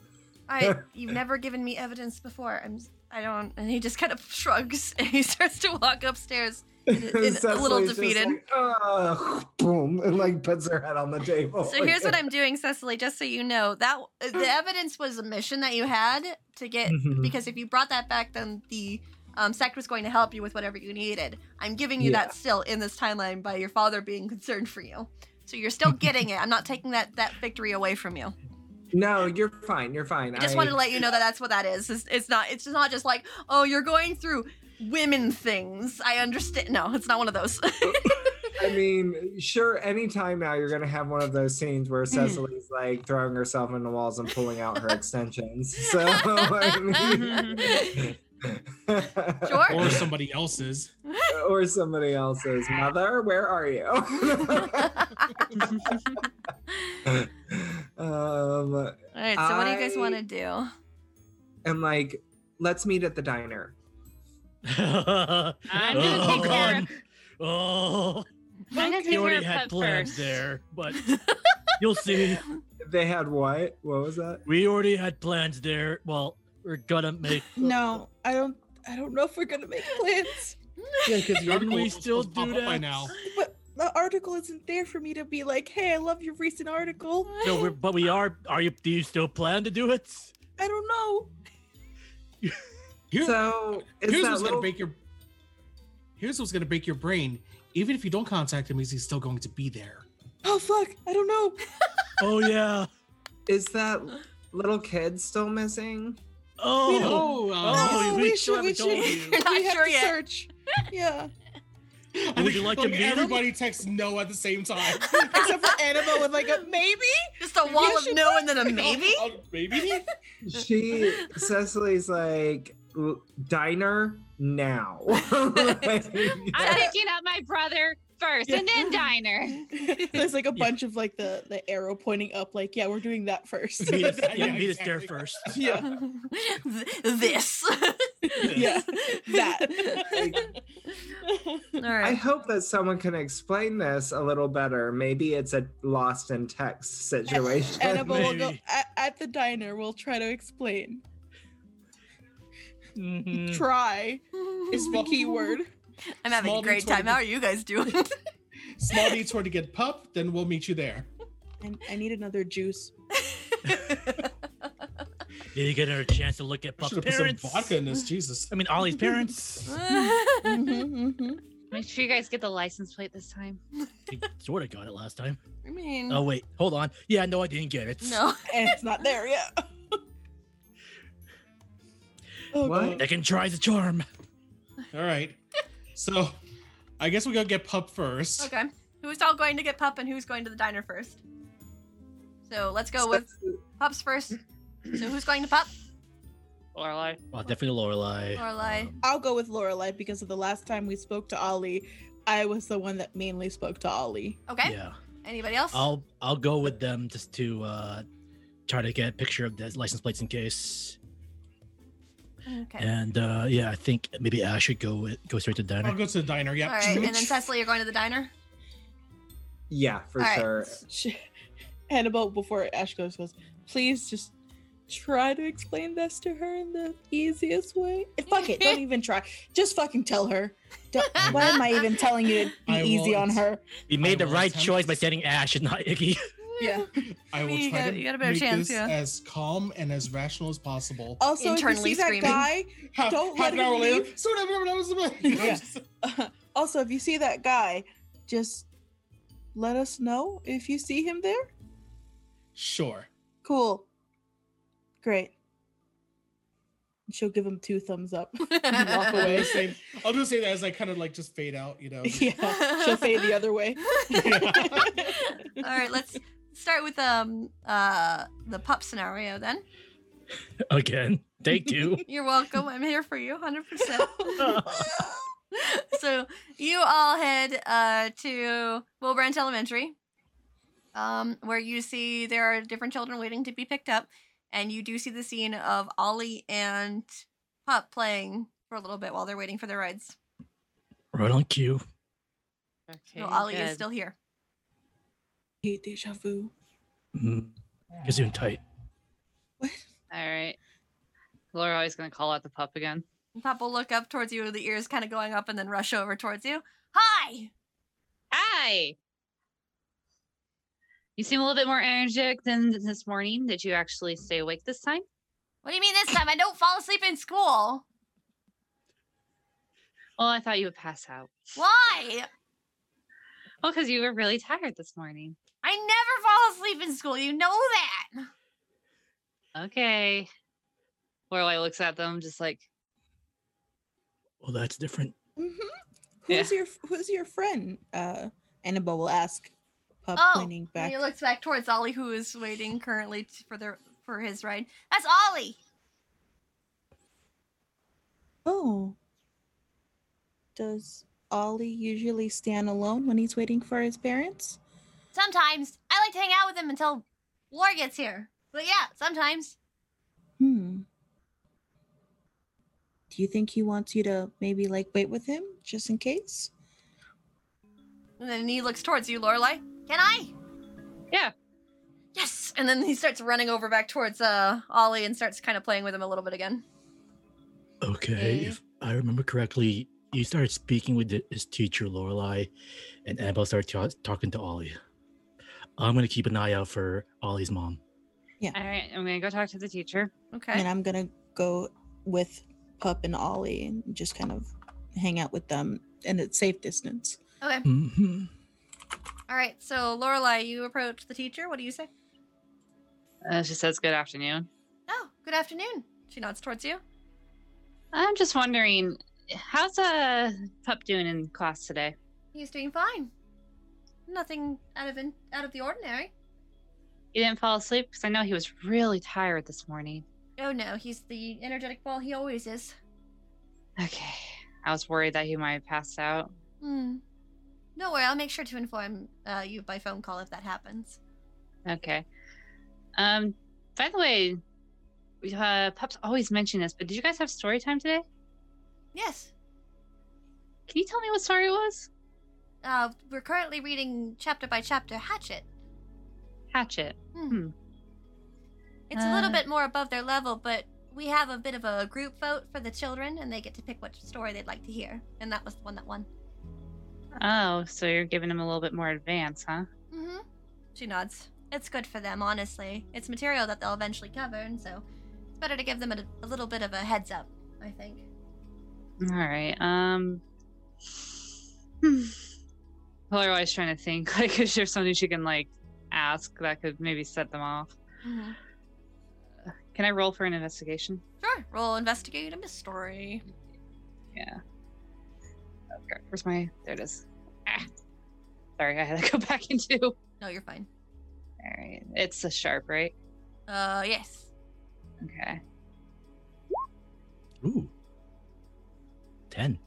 Speaker 2: I you've never given me evidence before. I'm I don't and he just kind of shrugs and he starts to walk upstairs. in- in a little
Speaker 8: Cecily's just
Speaker 2: defeated.
Speaker 8: like, "Ugh," boom, and like puts her head on the table.
Speaker 2: So here's what I'm doing, Cecily, just so you know. That uh, the evidence was a mission that you had to get
Speaker 8: Mhm.
Speaker 2: because if you brought that back then the um, sect was going to help you with whatever you needed. I'm giving you
Speaker 8: Yeah.
Speaker 2: that still in this timeline by your father being concerned for you. So you're still getting it. I'm not taking that that victory away from you.
Speaker 8: No, you're fine. You're fine.
Speaker 2: I just wanted to let you know that that's what that is. It's, it's not. It's not just like, oh, you're going through women things. I understand. No, it's not one of those.
Speaker 8: Oh, I mean, sure, anytime now you're gonna have one of those scenes where Cecily's like throwing herself in the walls and pulling out her extensions. So I mean,
Speaker 2: Mm-hmm. Sure.
Speaker 4: Or somebody else's.
Speaker 8: or somebody else's mother. Where are you? um,
Speaker 2: All right. So what do you guys
Speaker 8: I-
Speaker 2: want to do?
Speaker 8: and like, let's meet at the diner.
Speaker 3: I'm
Speaker 6: oh,
Speaker 3: gonna take care of-
Speaker 6: Oh,
Speaker 3: I'm gonna take
Speaker 6: you
Speaker 3: care
Speaker 6: already
Speaker 3: of
Speaker 6: had
Speaker 3: Pep
Speaker 6: plans
Speaker 3: first.
Speaker 6: there, but you'll see.
Speaker 8: They had what? What was that?
Speaker 6: We already had plans there. Well, we're gonna make.
Speaker 7: No, I don't. I don't know if we're gonna make plans.
Speaker 6: Yeah, because
Speaker 4: The article
Speaker 6: we
Speaker 4: was
Speaker 6: still
Speaker 4: supposed to
Speaker 6: do
Speaker 4: pop up
Speaker 6: that
Speaker 4: by now.
Speaker 7: But the article isn't there for me to be like, "Hey, I love your recent article."
Speaker 6: So we're, but we are. Are you? Do you still plan to do it?
Speaker 7: I don't know.
Speaker 4: Here-
Speaker 8: So it's
Speaker 4: here's
Speaker 8: that
Speaker 4: what's
Speaker 8: little
Speaker 4: gonna break your. Here's what's gonna break your brain. Even if you don't contact him, he's he's still going to be there.
Speaker 7: Oh fuck! I don't know.
Speaker 6: Oh yeah.
Speaker 8: is that little kid still missing?
Speaker 6: Oh.
Speaker 4: uh,
Speaker 6: Oh,
Speaker 7: No,
Speaker 6: we,
Speaker 7: we
Speaker 6: still
Speaker 7: should- we
Speaker 6: haven't told
Speaker 7: should-
Speaker 6: you.
Speaker 2: You're not
Speaker 7: we have
Speaker 2: sure
Speaker 7: to
Speaker 2: yet.
Speaker 7: search. Yeah,
Speaker 4: I
Speaker 6: Would
Speaker 4: think
Speaker 6: you like to
Speaker 4: like
Speaker 6: meet him?
Speaker 4: everybody texts no at the same time.
Speaker 7: except for Annabelle with like a maybe.
Speaker 2: Just a wall
Speaker 7: I
Speaker 2: of
Speaker 7: should
Speaker 2: no and then a maybe.
Speaker 4: Oh, maybe.
Speaker 8: She Cecily's like "L- diner now. Like,
Speaker 3: I'm picking up my brother first and then diner.
Speaker 7: There's like a
Speaker 6: Yeah.
Speaker 7: bunch of like the the arrow pointing up, like, "Yeah, we're doing that first.
Speaker 6: Meet us,
Speaker 4: Yeah,
Speaker 6: yeah, meet us there
Speaker 4: exactly.
Speaker 6: first.
Speaker 7: yeah,
Speaker 2: Th- this.
Speaker 7: yeah, that.
Speaker 2: All
Speaker 8: I
Speaker 2: right.
Speaker 8: hope that someone can explain this a little better. Maybe it's a lost in text situation.
Speaker 7: Annabelle will go
Speaker 6: Maybe.
Speaker 7: at, at the diner. We'll try to explain.
Speaker 6: Mhm. Mm.
Speaker 7: Try is the
Speaker 4: Well-
Speaker 7: key word.
Speaker 2: I'm having
Speaker 4: Small
Speaker 2: a great
Speaker 4: detour to
Speaker 2: time. How are you guys doing?
Speaker 4: Small detour to get pup, then we'll meet you there.
Speaker 7: I, I need another juice.
Speaker 6: Did you get her a chance to look at
Speaker 4: I
Speaker 6: Pup's
Speaker 4: should have put some
Speaker 6: parents?
Speaker 4: vodka in this. Jesus.
Speaker 6: I mean, Ollie's parents.
Speaker 7: Mhm, mhm.
Speaker 3: Make sure you guys get the license plate this time.
Speaker 6: I sort of got it last time.
Speaker 2: I mean,
Speaker 6: Oh wait, hold on. Yeah, no, I didn't get it.
Speaker 2: no.
Speaker 7: And it's not there yet. oh,
Speaker 8: What?
Speaker 7: God.
Speaker 6: Second tries a charm.
Speaker 4: All right. So I guess we go get pup first.
Speaker 2: Okay. Who's all going to get Pup and who's going to the diner first? So let's go with Pup's first. So who's going to Pup?
Speaker 3: Lorelai.
Speaker 6: Well, definitely Lorelai.
Speaker 2: Lorelai.
Speaker 6: Um,
Speaker 7: I'll go with Lorelai because of the last time we spoke to Ollie, I was the one that mainly spoke to Ollie.
Speaker 2: Okay.
Speaker 6: Yeah,
Speaker 2: Anybody else?
Speaker 6: I'll I'll go with them just to uh, try to get a picture of the license plates in case.
Speaker 2: okay.
Speaker 6: And uh, yeah, I think maybe Ash should go with, go straight to the
Speaker 4: I'll
Speaker 6: diner.
Speaker 4: go to the diner. Yep.
Speaker 2: All right. And then Cecily, you're going to the diner.
Speaker 8: Yeah, for
Speaker 2: All right.
Speaker 8: sure.
Speaker 7: She, Annabelle, before Ash goes, goes, please just try to explain this to her in the easiest way. Fuck it. Don't even try. Just fucking tell her. Don't, why am I even telling you to be
Speaker 4: I
Speaker 7: easy
Speaker 4: will
Speaker 7: on
Speaker 4: ex-
Speaker 7: her?
Speaker 6: We
Speaker 4: Oh, I
Speaker 6: made the
Speaker 4: will
Speaker 6: right
Speaker 4: attempt.
Speaker 6: choice by setting Ash and not Iggy.
Speaker 7: Yeah.
Speaker 4: I will
Speaker 2: You
Speaker 4: try
Speaker 2: got-
Speaker 4: to
Speaker 2: you got a better
Speaker 4: make
Speaker 2: chance,
Speaker 4: this
Speaker 2: yeah.
Speaker 4: as calm and as rational as possible.
Speaker 7: Also, if you
Speaker 2: Internally
Speaker 7: see that
Speaker 2: screaming.
Speaker 7: guy,
Speaker 4: Ha-
Speaker 7: don't
Speaker 4: half
Speaker 7: let
Speaker 4: an
Speaker 7: her
Speaker 4: hour later.
Speaker 7: leave.
Speaker 4: So whatever, that was the
Speaker 7: Yeah. also if you see that guy, just let us know if you see him there.
Speaker 4: Sure.
Speaker 7: Cool. Great. And she'll give him two thumbs up. and walk
Speaker 4: I'll
Speaker 7: away.
Speaker 4: just say, I'll just say that as I kind of like just fade out, you know. just-
Speaker 7: yeah, she'll fade the other way.
Speaker 2: All right, let's start with um uh the pup scenario then.
Speaker 6: Again, take two.
Speaker 2: You're welcome. I'm here for you 100%. so, you all head uh to Will Branch Elementary um where you see there are different children waiting to be picked up and you do see the scene of Ollie and Pup playing for a little bit while they're waiting for their rides.
Speaker 6: right on cue.
Speaker 3: Okay.
Speaker 2: So Ollie is
Speaker 3: good.
Speaker 2: still here.
Speaker 7: hate deja vu.
Speaker 6: Mm. You're doing tight.
Speaker 3: All right. Lorelai's gonna call out the pup again.
Speaker 2: Pup will look up towards you, the ears kind of going up and then rush over towards you. Hi.
Speaker 3: Hi. You seem a little bit more energetic than this morning. Did you actually stay awake this time?
Speaker 1: What do you mean this time? I don't fall asleep in school.
Speaker 3: Well, I thought you would pass out.
Speaker 1: Why?
Speaker 3: Well, because you were really tired this morning.
Speaker 1: I never fall asleep in school. You know that.
Speaker 3: Okay. Lorelai looks at them, just like
Speaker 6: Well, that's different.
Speaker 7: hmm
Speaker 3: Yeah.
Speaker 7: Who's your Who's your friend? Uh, Annabelle will ask. Pup
Speaker 1: Oh,
Speaker 7: pointing
Speaker 2: And
Speaker 7: back.
Speaker 2: he looks back towards Ollie, who is waiting currently t- for their for his ride.
Speaker 1: That's Ollie.
Speaker 7: oh, does Ollie usually stand alone when he's waiting for his parents?
Speaker 1: Sometimes I like to hang out with him until War gets here. But yeah, sometimes.
Speaker 7: Hmm. Do you think he wants you to maybe like wait with him just in case?
Speaker 2: And then he looks towards you, Lorelai.
Speaker 1: Can I?
Speaker 2: Yes. And then he starts running over back towards uh Ollie and starts kind of playing with him a little bit again.
Speaker 6: Okay,
Speaker 4: Mm-hmm.
Speaker 2: Okay.
Speaker 6: if I remember correctly, you started speaking with the, his teacher Lorelai, and Annabelle started ta- talking to Ollie. I'm gonna keep an eye out for Ollie's mom.
Speaker 3: All right, I'm gonna go talk to the teacher.
Speaker 2: Okay.
Speaker 7: And I'm gonna go with Pup and Ollie and just kind of hang out with them and at safe distance.
Speaker 2: Okay.
Speaker 4: Mm-hmm.
Speaker 6: hmm
Speaker 2: All right. So Lorelai, you approach the teacher. What do you say?
Speaker 3: Uh, she says, "Good afternoon.
Speaker 2: Oh, good afternoon. She nods towards you.
Speaker 3: I'm just wondering, how's uh pup doing in class today?
Speaker 2: He's doing fine. Nothing out of in, out of the ordinary.
Speaker 3: He didn't fall asleep because I know he was really tired this morning.
Speaker 2: Oh no, he's the energetic ball he always is.
Speaker 3: Okay, I was worried that he might have passed out.
Speaker 2: Hmm. Don't worry, I'll make sure to inform uh, you by phone call if that happens.
Speaker 3: Okay. Um, by the way, uh, pups always mention this, but did you guys have story time today?
Speaker 2: Yes,
Speaker 3: Can you tell me what story it was?
Speaker 2: Uh, we're currently reading chapter by chapter Hatchet.
Speaker 3: Hatchet.
Speaker 2: It's a little
Speaker 3: Uh.
Speaker 2: Uh. bit more above their level, but we have a bit of a group vote for the children, and they get to pick which story they'd like to hear. And that was the one that won.
Speaker 3: Oh, so you're giving them a little bit more advance, huh?
Speaker 2: Mm-hmm. She nods. It's good for them, honestly. It's material that they'll eventually cover, and so it's better to give them a, a little bit of a heads up, I think.
Speaker 3: All right. Um. hmm. Color always trying to think. Like, is there something she can like ask that could maybe set them off? Can I roll for an investigation?
Speaker 2: Sure. Roll investigate a mystery.
Speaker 3: Yeah. Okay. Where's my? There it is. Ah. Sorry, I had to go back into. All
Speaker 2: No, you're fine.
Speaker 3: right. It's a sharp, right?
Speaker 2: Uh, yes.
Speaker 3: Okay.
Speaker 6: Ooh. 10.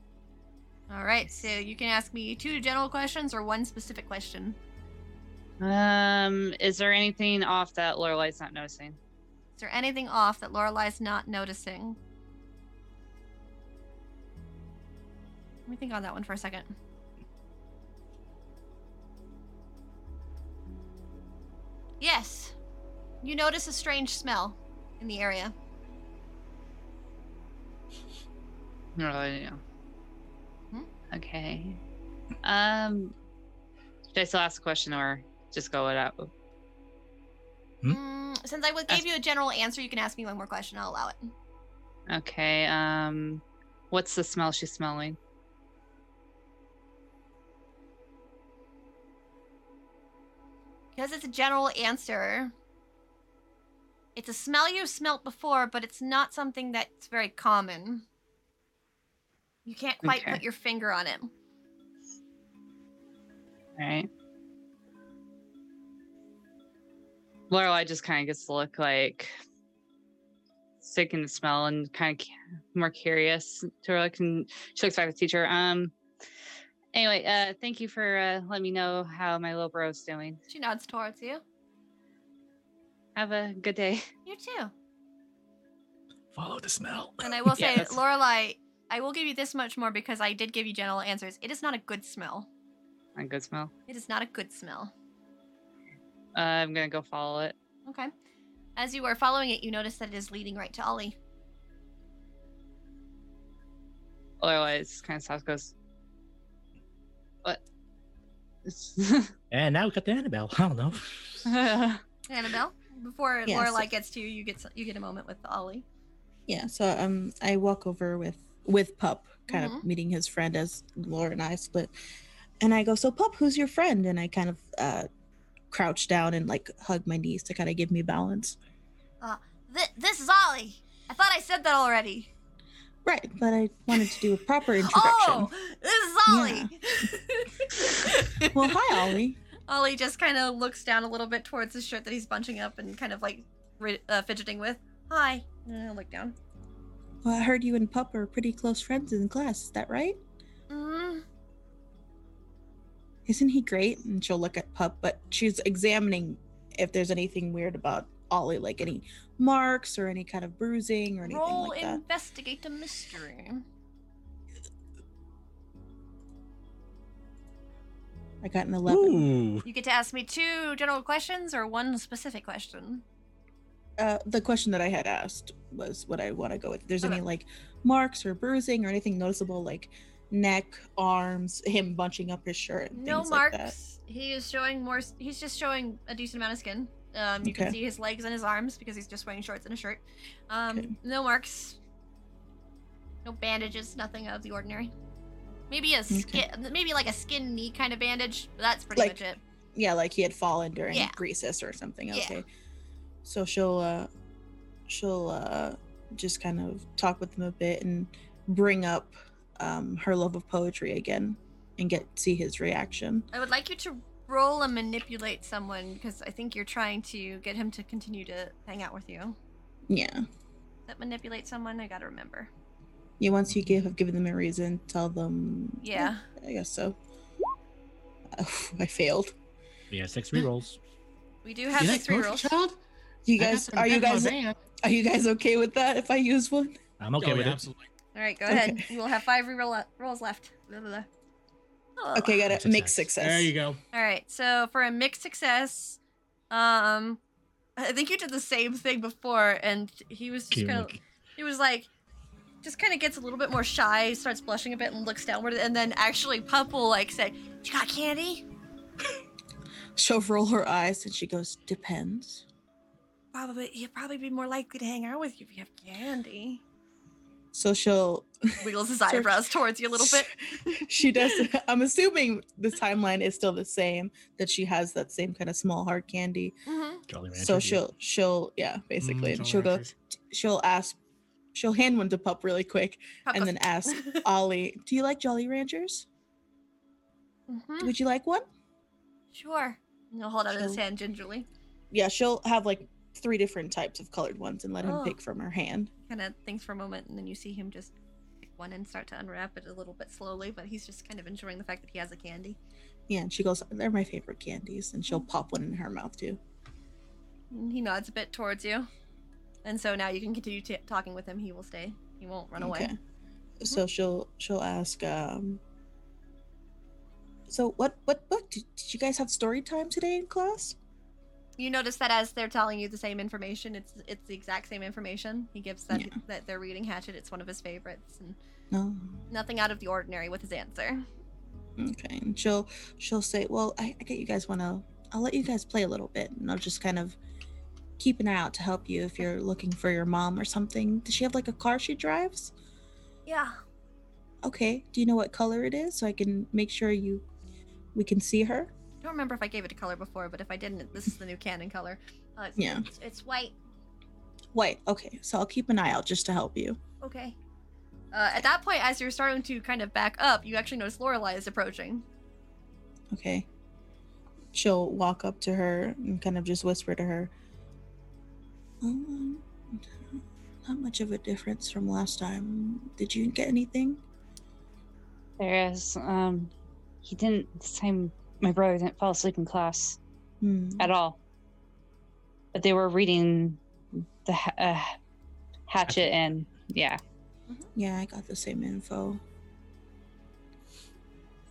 Speaker 2: All right. So you can ask me two general questions or one specific question.
Speaker 3: Um, is there anything off that Lorelei's not noticing?
Speaker 2: Is there anything off that Lorelai's not noticing? Let me think on that one for a second. Yes, you notice a strange smell in the area.
Speaker 3: No, yeah.
Speaker 2: Hmm?
Speaker 3: Okay. Um, should I still ask a question or just go it out?
Speaker 2: Mm, since I w- gave you a general answer, you can ask me one more question. I'll allow it.
Speaker 3: Okay. Um, what's the smell she's smelling?
Speaker 2: Because it's a general answer. It's a smell you've smelt before, but it's not something that's very common. You can't quite
Speaker 3: Okay.
Speaker 2: put your finger on it.
Speaker 3: All right. Lorelai just kind of gets to look like sick in the smell and kind of more curious to her. Like, and she looks back at the teacher. Um. Anyway, uh, thank you for uh, letting me know how my little bro's doing.
Speaker 2: She nods towards you.
Speaker 3: Have a good day.
Speaker 2: You too.
Speaker 6: Follow the smell.
Speaker 2: And I will say,
Speaker 6: Yes.
Speaker 2: Lorelai, I will give you this much more because I did give you general answers. It is not a good smell.
Speaker 3: A good smell.
Speaker 2: It is not a good smell.
Speaker 3: Uh, I'm gonna go follow it.
Speaker 2: Okay. As you are following it, you notice that it is leading right to Ollie.
Speaker 3: Otherwise, kind of stops. Goes. What?
Speaker 6: And now we got the Annabelle. I don't know.
Speaker 2: Annabelle, before
Speaker 7: Yes.
Speaker 2: Lorelai gets to you, you get s- you get a moment with Ollie.
Speaker 7: Yeah, so um, I walk over with with Pup, kind
Speaker 2: Mhm.
Speaker 7: of meeting his friend as Laura and I split, and I go, "So Pup, who's your friend?" And I kind of uh, crouch down and like hug my knees to kind of give me balance.
Speaker 2: Th- this is Ollie. I thought I said that already.
Speaker 7: Right, but I wanted to do a proper introduction.
Speaker 2: Oh, this is Ollie.
Speaker 7: Well, hi Ollie.
Speaker 2: Ollie just kind of looks down a little bit towards his shirt that he's bunching up and kind of like ri uh, fidgeting with. Hi. And I'll look down.
Speaker 7: Well, I heard you and Pup are pretty close friends in class. Is that right?
Speaker 2: Mm,
Speaker 7: Isn't he great? And she'll look at Pup, but she's examining if there's anything weird about Ollie, like any marks or any kind of bruising or anything
Speaker 2: roll
Speaker 7: like that.
Speaker 2: investigate a mystery.
Speaker 7: I got an eleven.
Speaker 6: Ooh.
Speaker 2: You get to ask me two general questions or one specific question.
Speaker 7: Uh, the question that I had asked was what I want to go with. If there's
Speaker 2: Okay.
Speaker 7: any like marks or bruising or anything noticeable, like neck, arms, him bunching up his shirt. And
Speaker 2: No
Speaker 7: things
Speaker 2: marks.
Speaker 7: Like that.
Speaker 2: He is showing more. s- He's just showing a decent amount of skin. Um, you can
Speaker 7: Okay.
Speaker 2: see his legs and his arms because he's just wearing shorts and a shirt. Um,
Speaker 7: Okay.
Speaker 2: No marks. No bandages. Nothing out of the ordinary. Maybe a skin. Maybe like a skin knee kind of bandage. but That's pretty
Speaker 7: Like-
Speaker 2: much it.
Speaker 7: Yeah, like he had fallen during
Speaker 2: Yeah.
Speaker 7: recess or something.
Speaker 2: Yeah.
Speaker 7: Okay. So she'll uh, she'll uh, just kind of talk with him a bit and bring up um, her love of poetry again and get see his reaction.
Speaker 2: I would like you to roll and manipulate someone because I think you're trying to get him to continue to hang out with you.
Speaker 7: Yeah.
Speaker 2: That manipulate someone. I gotta remember.
Speaker 7: Yeah. Once you give have given them a reason, tell them.
Speaker 2: Yeah.
Speaker 7: I guess so. I failed.
Speaker 6: We have six rerolls.
Speaker 2: We do have
Speaker 4: You
Speaker 2: like
Speaker 4: like
Speaker 2: three
Speaker 4: poetry,
Speaker 2: rolls.
Speaker 4: Child?
Speaker 7: You
Speaker 4: I got
Speaker 7: guys,
Speaker 4: some
Speaker 7: are you
Speaker 4: back in my
Speaker 7: guys,
Speaker 4: van.
Speaker 7: are you guys okay with that? If I use one,
Speaker 6: I'm okay
Speaker 4: Oh,
Speaker 6: with
Speaker 4: yeah,
Speaker 6: it.
Speaker 4: absolutely.
Speaker 2: All right, go
Speaker 7: Okay.
Speaker 2: ahead. You will have five reroll uh, rolls left. Blah, blah, blah. Oh.
Speaker 7: okay, got it.
Speaker 6: Success.
Speaker 7: Mixed success.
Speaker 4: There you go.
Speaker 2: All right. So for a mixed success, um, I think you did the same thing before, and he was just
Speaker 6: Cute.
Speaker 2: kind of He was like, just kind of gets a little bit more shy, starts blushing a bit, and looks downward. And then actually, Pup will like say, "You got candy?
Speaker 7: She'll roll her eyes and she goes, Depends.
Speaker 2: Probably, you'd probably be more likely to hang out with you if you have candy."
Speaker 7: So she'll
Speaker 2: Wiggles his
Speaker 7: Sorry.
Speaker 2: eyebrows towards you a little bit.
Speaker 7: she does I'm assuming the timeline is still the same, that she has that same kind of small hard candy.
Speaker 2: hmm
Speaker 6: Jolly Rancher.
Speaker 7: So
Speaker 6: dude.
Speaker 7: she'll she'll yeah, basically.
Speaker 4: Mm,
Speaker 7: and she'll go
Speaker 4: Ranchers.
Speaker 7: she'll ask she'll hand one to Pup really quick
Speaker 2: Pup
Speaker 7: and
Speaker 2: goes,
Speaker 7: then ask Ollie, Do you like Jolly Ranchers?
Speaker 2: Mm.
Speaker 1: Mm-hmm.
Speaker 7: Would you like one?
Speaker 2: "Sure." And he'll hold out his
Speaker 7: She'll-
Speaker 2: hand gingerly,
Speaker 7: Yeah, she'll have like three different types of colored ones and let him
Speaker 2: Oh.
Speaker 7: pick from her hand.
Speaker 2: kind of thinks for a moment, and then you see him just pick one and start to unwrap it a little bit slowly. But he's just kind of enjoying the fact that he has a candy.
Speaker 7: Yeah, and she goes, They're my favorite candies. And
Speaker 2: Mm.
Speaker 7: she'll pop one in her mouth too.
Speaker 2: And He nods a bit towards you, and so now you can continue t- talking with him. He will stay. He won't run away.
Speaker 7: Okay. Mm-hmm. So she'll she'll ask. Um, so what what book did, did you guys have story time today in class?
Speaker 2: You notice that as they're telling you the same information, it's it's the exact same information. He gives that
Speaker 7: Yeah.
Speaker 2: that they're reading Hatchet. It's one of his favorites, and
Speaker 7: No.
Speaker 2: nothing out of the ordinary with his answer.
Speaker 7: Mm-hmm. Okay. And she'll she'll say, well, I, I get you guys want to. I'll let you guys play a little bit, and I'll just kind of keep an eye out to help you if you're looking for your mom or something. Does she have like a car she drives?
Speaker 2: Yeah,
Speaker 7: Okay. Do you know what color it is so I can make sure you we can see her?
Speaker 2: I don't remember if I gave it a color before, but if I didn't, this is the new canon color. Uh, it's,
Speaker 7: Yeah.
Speaker 2: it's, it's white.
Speaker 7: White. Okay. So I'll keep an eye out just to help you.
Speaker 2: Okay. Uh, at that point, as you're starting to kind of back up, you actually notice Lorelai is approaching.
Speaker 7: Okay. She'll walk up to her and kind of just whisper to her, um, Not much of a difference from last time. Did you get anything?
Speaker 9: There is. Um, he didn't this time. My brother didn't fall asleep in class
Speaker 7: Hmm.
Speaker 9: at all. But they were reading the ha- uh, hatchet,
Speaker 6: Hatchet.
Speaker 9: and yeah,
Speaker 7: Yeah, I got the same info.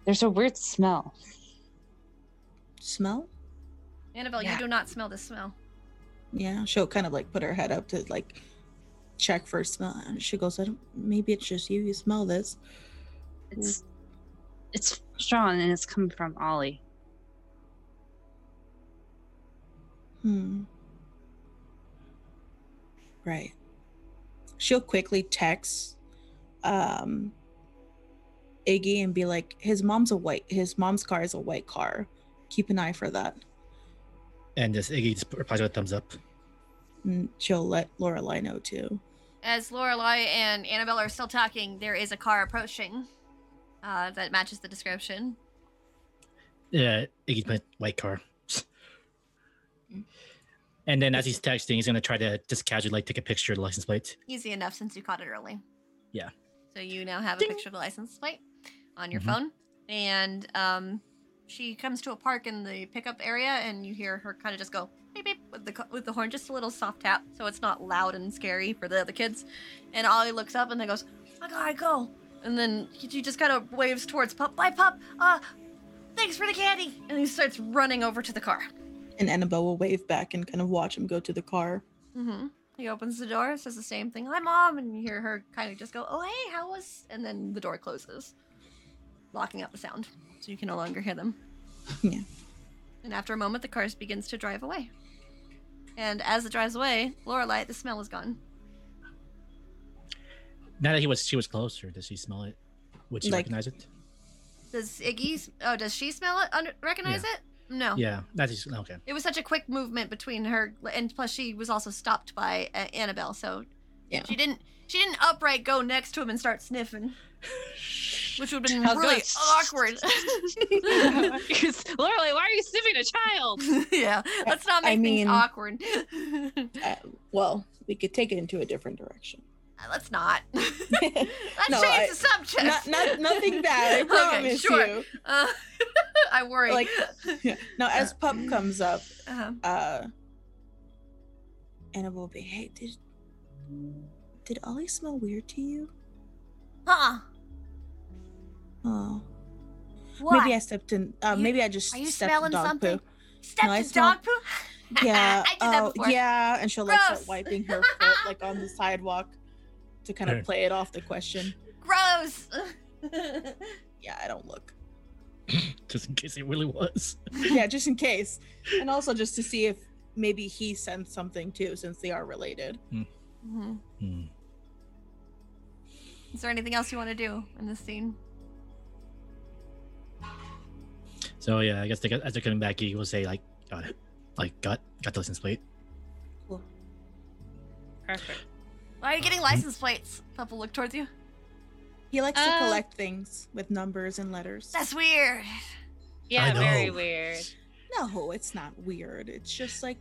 Speaker 9: there's a weird smell.
Speaker 7: Smell?
Speaker 2: Annabelle,
Speaker 9: Yeah.
Speaker 2: you do not smell this smell.
Speaker 7: Yeah, she'll kind of like put her head up to like check for smell. And she goes, I don't, Maybe it's just you. You smell this.
Speaker 9: It's it's strong, and it's coming from Ollie.
Speaker 7: Hmm. Right. She'll quickly text um Iggy and be like, his mom's a white his mom's car is a white car. Keep an eye for that.
Speaker 6: And just Iggy just replies with a thumbs up.
Speaker 7: And she'll let Lorelai know too.
Speaker 2: As Lorelai and Annabelle are still talking, there is a car approaching uh, that matches the description.
Speaker 6: Yeah, Iggy's my white car. And then as he's texting, he's gonna try to just casually like take a picture of the license plate.
Speaker 2: Easy enough since you caught it early.
Speaker 6: Yeah.
Speaker 2: So you now have a
Speaker 7: Ding.
Speaker 2: picture of the license plate on your
Speaker 6: Mhm.
Speaker 2: phone, and um, she comes to a park in the pickup area, and you hear her kind of just go beep beep with the co- with the horn, just a little soft tap, so it's not loud and scary for the other kids. And Ollie looks up and then goes, "I gotta go," and then he- she just kind of waves towards Pup. Bye, Pup. Uh, thanks for the candy. And he starts running over to the car.
Speaker 7: And Annabelle will wave back and kind of watch him go to the car.
Speaker 2: Mm-hmm. He opens the door, says the same thing, "Hi, mom," and you hear her kind of just go, "Oh, hey, how was?" And then the door closes, locking out the sound, so you can no longer hear them.
Speaker 7: Yeah.
Speaker 2: And after a moment, the car begins to drive away. And as it drives away, Lorelai, the smell is gone.
Speaker 6: Now that he was she was closer, does she smell it? Would she
Speaker 7: Like-
Speaker 6: recognize it?
Speaker 2: Does Iggy? s- Oh, does she smell it? Under, recognize it? No.
Speaker 6: Yeah. That's just okay.
Speaker 2: It was such a quick movement between her, and plus she was also stopped by uh, Annabelle, so
Speaker 7: Yeah.
Speaker 2: she didn't. She didn't upright go next to him and start sniffing. which would have been
Speaker 9: How's it going?
Speaker 2: really awkward.
Speaker 3: Lorelai, why are you sniffing a child?
Speaker 2: yeah, let's not
Speaker 7: I
Speaker 2: make
Speaker 7: mean-
Speaker 2: things awkward.
Speaker 7: Uh, well, we could take it into a different direction.
Speaker 2: let's not. let's
Speaker 7: No,
Speaker 2: change
Speaker 7: I-
Speaker 2: the subject.
Speaker 7: not, not nothing bad, I
Speaker 2: okay,
Speaker 7: promise
Speaker 2: sure.
Speaker 7: you.
Speaker 2: Uh, I worry.
Speaker 7: Like, yeah. Now, as Pup comes up,
Speaker 2: uh,
Speaker 7: uh Annabelle will be, hey, did did Ollie smell weird to you?
Speaker 2: huh?
Speaker 7: Oh,
Speaker 1: What?
Speaker 7: maybe I stepped in. Uh,
Speaker 1: You-
Speaker 7: maybe I just
Speaker 1: are you
Speaker 7: stepped in
Speaker 1: smelling
Speaker 7: dog
Speaker 1: something?
Speaker 7: poo.
Speaker 1: Step
Speaker 7: No, I
Speaker 1: to
Speaker 7: smell-
Speaker 1: dog poo?
Speaker 7: Yeah.
Speaker 1: I did that
Speaker 7: oh,
Speaker 1: before.
Speaker 7: yeah. And she'll like start
Speaker 1: Gross.
Speaker 7: wiping her foot like on the sidewalk. to kind of
Speaker 6: Right.
Speaker 7: play it off the question.
Speaker 2: Gross. Mm-hmm.
Speaker 7: Yeah, I don't look.
Speaker 6: just in case it really was.
Speaker 7: yeah, just in case. And also just to see if maybe he sent something too, since they are related.
Speaker 2: Mhm.
Speaker 6: Hmm.
Speaker 2: Is there anything else you want to do in this scene?
Speaker 6: So yeah, I guess they, as they're coming back, he will say like, "Got it, like got got the license plate."
Speaker 3: Perfect.
Speaker 2: Why are you getting license plates? Peppa look towards you.
Speaker 7: He likes to
Speaker 3: Uh,
Speaker 7: collect things with numbers and letters.
Speaker 2: That's weird.
Speaker 3: Yeah, very
Speaker 6: know.
Speaker 3: weird.
Speaker 7: no, it's not weird. It's just like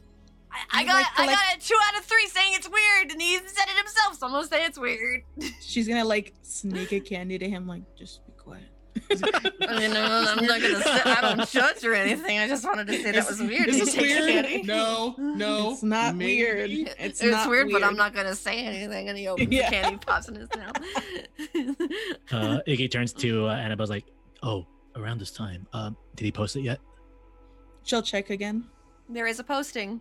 Speaker 2: I, I
Speaker 7: You,
Speaker 2: got
Speaker 7: like,
Speaker 2: I
Speaker 7: collect-
Speaker 2: got a two out of three saying it's weird, and he even said it himself. So I'm gonna say it's weird.
Speaker 7: she's gonna like sneak a candy to him, like just be quiet.
Speaker 10: I mean, I'm I'm not gonna. Say, I don't judge or anything. I just wanted to say that
Speaker 4: Is-
Speaker 10: was weird.
Speaker 4: Is
Speaker 10: He
Speaker 4: this
Speaker 10: takes
Speaker 4: weird?
Speaker 10: candy.
Speaker 4: No, no.
Speaker 7: It's not
Speaker 4: maybe.
Speaker 7: weird.
Speaker 10: It-
Speaker 7: It's
Speaker 10: it was
Speaker 7: not
Speaker 10: weird, but I'm
Speaker 7: weird.
Speaker 10: not gonna say anything. And he opens
Speaker 7: Yeah.
Speaker 10: the candy, pops in his mouth.
Speaker 6: Uh, Iggy turns to uh, Annabelle's like, "Oh, around this time, um, did he post it yet?"
Speaker 7: She'll check again.
Speaker 2: There is a posting,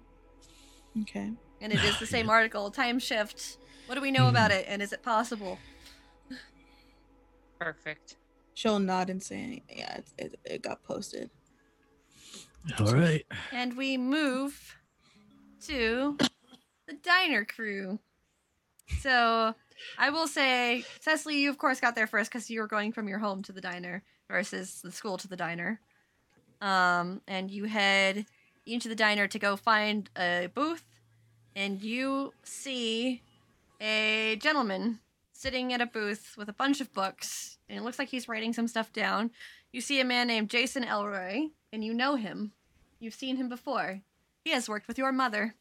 Speaker 7: Okay.
Speaker 2: and it is the same article. Time shift. What do we know about it, and is it possible?
Speaker 3: Perfect.
Speaker 7: She'll nod and say, "Yeah, it, it, it got posted."
Speaker 6: All right.
Speaker 2: And we move to the diner crew. So I will say, Cecily, you of course got there first because you were going from your home to the diner versus the school to the diner. Um, and you head into the diner to go find a booth, and you see a gentleman sitting at a booth with a bunch of books, and it looks like he's writing some stuff down. You see a man named Jason Elroy, and you know him. You've seen him before. He has worked with your mother.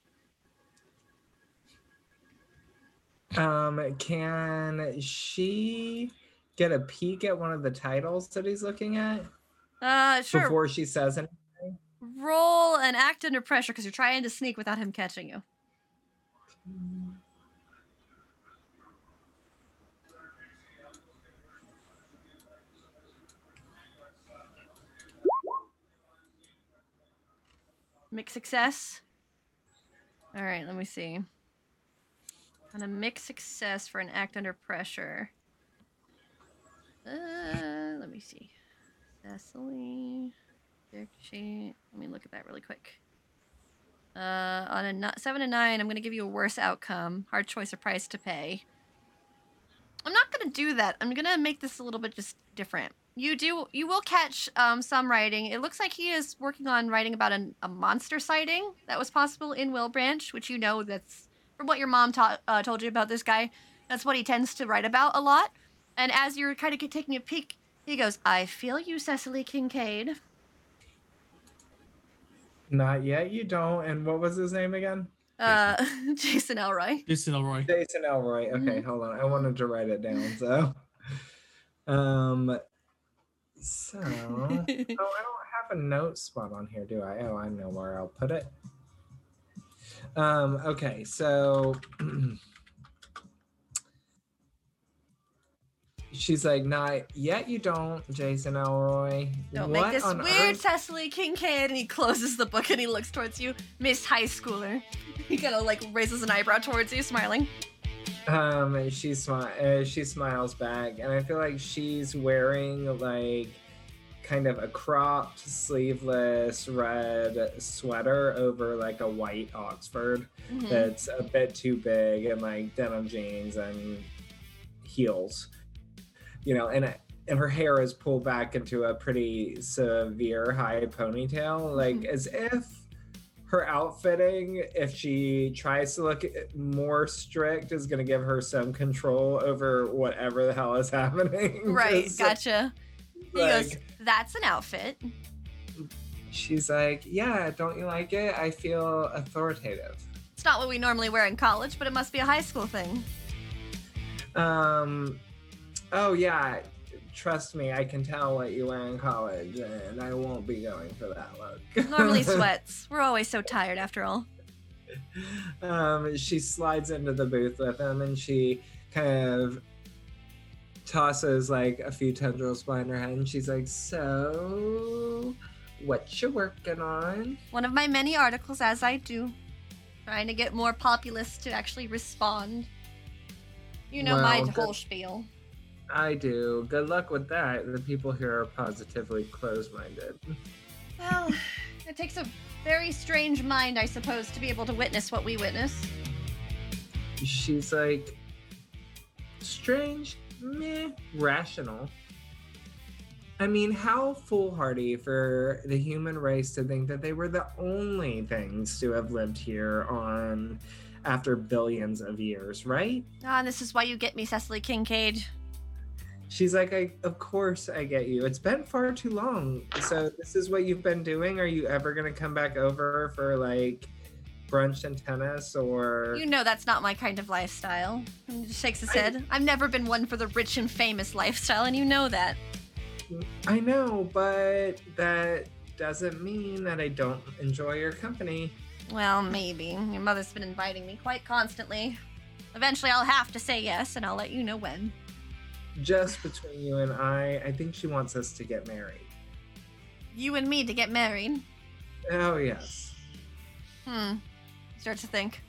Speaker 8: Um, can she get a peek at one of the titles that he's looking at
Speaker 2: Uh, sure.
Speaker 8: before she says anything?
Speaker 2: Roll and act under pressure because you're trying to sneak without him catching you. Mixed success. All right, let me see. On a mixed success for an act under pressure. Uh, let me see. Cecily. Character sheet. Let me look at that really quick. Uh, on a ni- seven and nine, I'm going to give you a worse outcome. Hard choice or price to pay. I'm not going to do that. I'm going to make this a little bit just different. You do. You will catch um, some writing. It looks like he is working on writing about an, a monster sighting that was possible in Will Branch, which you know that's from what your mom taught uh, told you about this guy. That's what he tends to write about a lot. And as you're kind of taking a peek, he goes, "I feel you, Cecily Kincaid."
Speaker 8: Not yet, you don't. And what was his name again?
Speaker 2: Uh, Jason Elroy.
Speaker 4: Jason Elroy.
Speaker 8: Jason Elroy. Okay, hold on. I wanted to write it down. So, um, so oh, I don't have a note spot on here, do I? Oh, I know where I'll put it. Um, okay, so she's like, "Not yet, you don't, Jason Elroy."
Speaker 2: Don't
Speaker 8: What
Speaker 2: make this
Speaker 8: on
Speaker 2: weird,
Speaker 8: earth-
Speaker 2: Cecily Kincaid. And he closes the book and he looks towards you, Miss High Schooler. He kind of like raises an eyebrow towards you, smiling.
Speaker 8: Um, and she smi- uh, she smiles back, and I feel like she's wearing like kind of a cropped, sleeveless red sweater over like a white Oxford
Speaker 2: Mhm.
Speaker 8: that's a bit too big, and like denim jeans and heels, you know, and. and her hair is pulled back into a pretty severe high
Speaker 2: Hmm.
Speaker 8: ponytail, like as if her outfitting, if she tries to look more strict, is going to give her some control over whatever the hell is happening.
Speaker 2: Right,
Speaker 8: 'Cause,
Speaker 2: gotcha. He goes,
Speaker 8: like,
Speaker 2: That's an outfit.
Speaker 8: She's like, yeah, don't you like it? I feel authoritative.
Speaker 2: It's not what we normally wear in college, but it must be a high school thing.
Speaker 8: Um, oh yeah, trust me, I can tell what you wear in college, and I won't be going for that look.
Speaker 2: Normally sweats. We're always so tired after all.
Speaker 8: um, she slides into the booth with him and she kind of tosses like a few tendrils behind her head and she's like, So, what you working on?
Speaker 2: One of my many articles, as I do, trying to get more populace to actually respond. You know my
Speaker 8: Well, good-
Speaker 2: whole spiel.
Speaker 8: I do. Good luck with that. The people here are positively closed minded.
Speaker 2: Well, it takes a very strange mind, I suppose, to be able to witness what we witness.
Speaker 8: She's like, strange, meh, rational. I mean, how foolhardy for the human race to think that they were the only things to have lived here on after billions of years, right?
Speaker 2: Ah, this is why you get me, Cecily Kincaid.
Speaker 8: She's like, I, of course I get you. It's been far too long. So this is what you've been doing. Are you ever gonna come back over for like brunch and tennis or
Speaker 2: You know that's not my kind of lifestyle. And he just shakes his head. I've never been one for the rich and famous lifestyle, and you know that.
Speaker 8: I know, but that doesn't mean that I don't enjoy your company.
Speaker 2: Well, maybe. Your mother's been inviting me quite constantly. Eventually, I'll have to say yes, and I'll let you know when.
Speaker 8: Just between you and I, I think she wants us to get married.
Speaker 2: You and me to get married.
Speaker 8: Oh yes.
Speaker 2: Hmm. Start to think.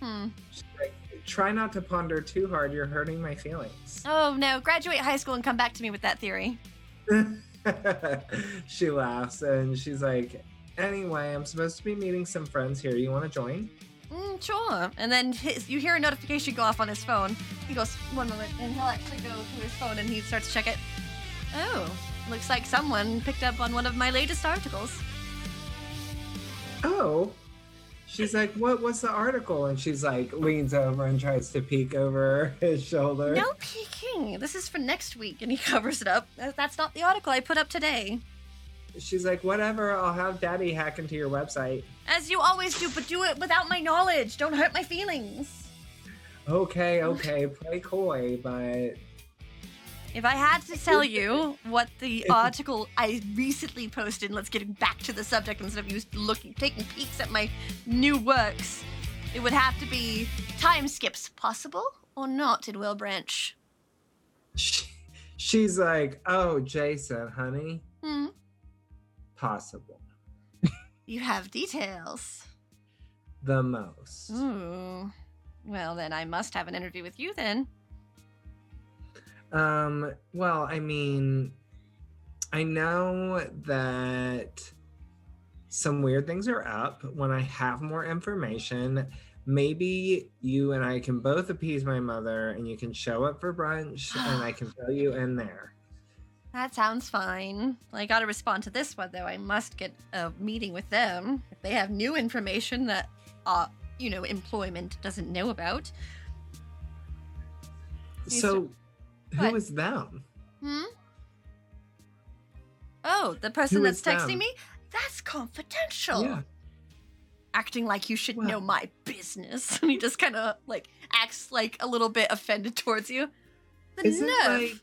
Speaker 2: Hmm.
Speaker 8: She's like, Try not to ponder too hard. You're hurting my feelings.
Speaker 2: Oh no, graduate high school and come back to me with that theory.
Speaker 8: she laughs and she's like, Anyway, I'm supposed to be meeting some friends here. You want to join?
Speaker 2: Mm, sure. And then his, you hear a notification go off on his phone. He goes, one moment, and he'll actually go to his phone and he starts to check it. Oh, looks like someone picked up on one of my latest articles.
Speaker 8: Oh. She's like, What was the article? And she's like, leans over and tries to peek over his shoulder.
Speaker 2: No peeking. This is for next week, and he covers it up. That- That's not the article I put up today.
Speaker 8: She's like, Whatever, I'll have daddy hack into your website.
Speaker 2: As you always do, but do it without my knowledge. Don't hurt my feelings.
Speaker 8: Okay, okay, play coy, but
Speaker 2: If I had to tell you what the article I recently posted, and let's get back to the subject instead of you looking, taking peeks at my new works, it would have to be time skips possible or not in Will Branch.
Speaker 8: she, she's like, Oh, Jason, honey,
Speaker 2: Hmm.
Speaker 8: possible.
Speaker 2: You have details.
Speaker 8: The most.
Speaker 2: Mm. Ooh. Well, then I must have an interview with you then.
Speaker 8: Um, well, I mean, I know that some weird things are up. When I have more information, maybe you and I can both appease my mother and you can show up for brunch and I can fill you in there.
Speaker 2: That sounds fine. I gotta respond to this one though. I must get a meeting with them. If they have new information that, uh, you know, employment doesn't know about. Yes, sir.
Speaker 8: So,
Speaker 2: What?
Speaker 8: who is them?
Speaker 2: Hmm? Oh, the person
Speaker 8: Who
Speaker 2: that's
Speaker 8: is
Speaker 2: texting
Speaker 8: them?
Speaker 2: me? That's confidential.
Speaker 8: Yeah.
Speaker 2: Acting like you should know
Speaker 8: Well-
Speaker 2: my business. And he just kind of like acts like a little bit offended towards you. The
Speaker 8: Isn't
Speaker 2: nerve.
Speaker 8: like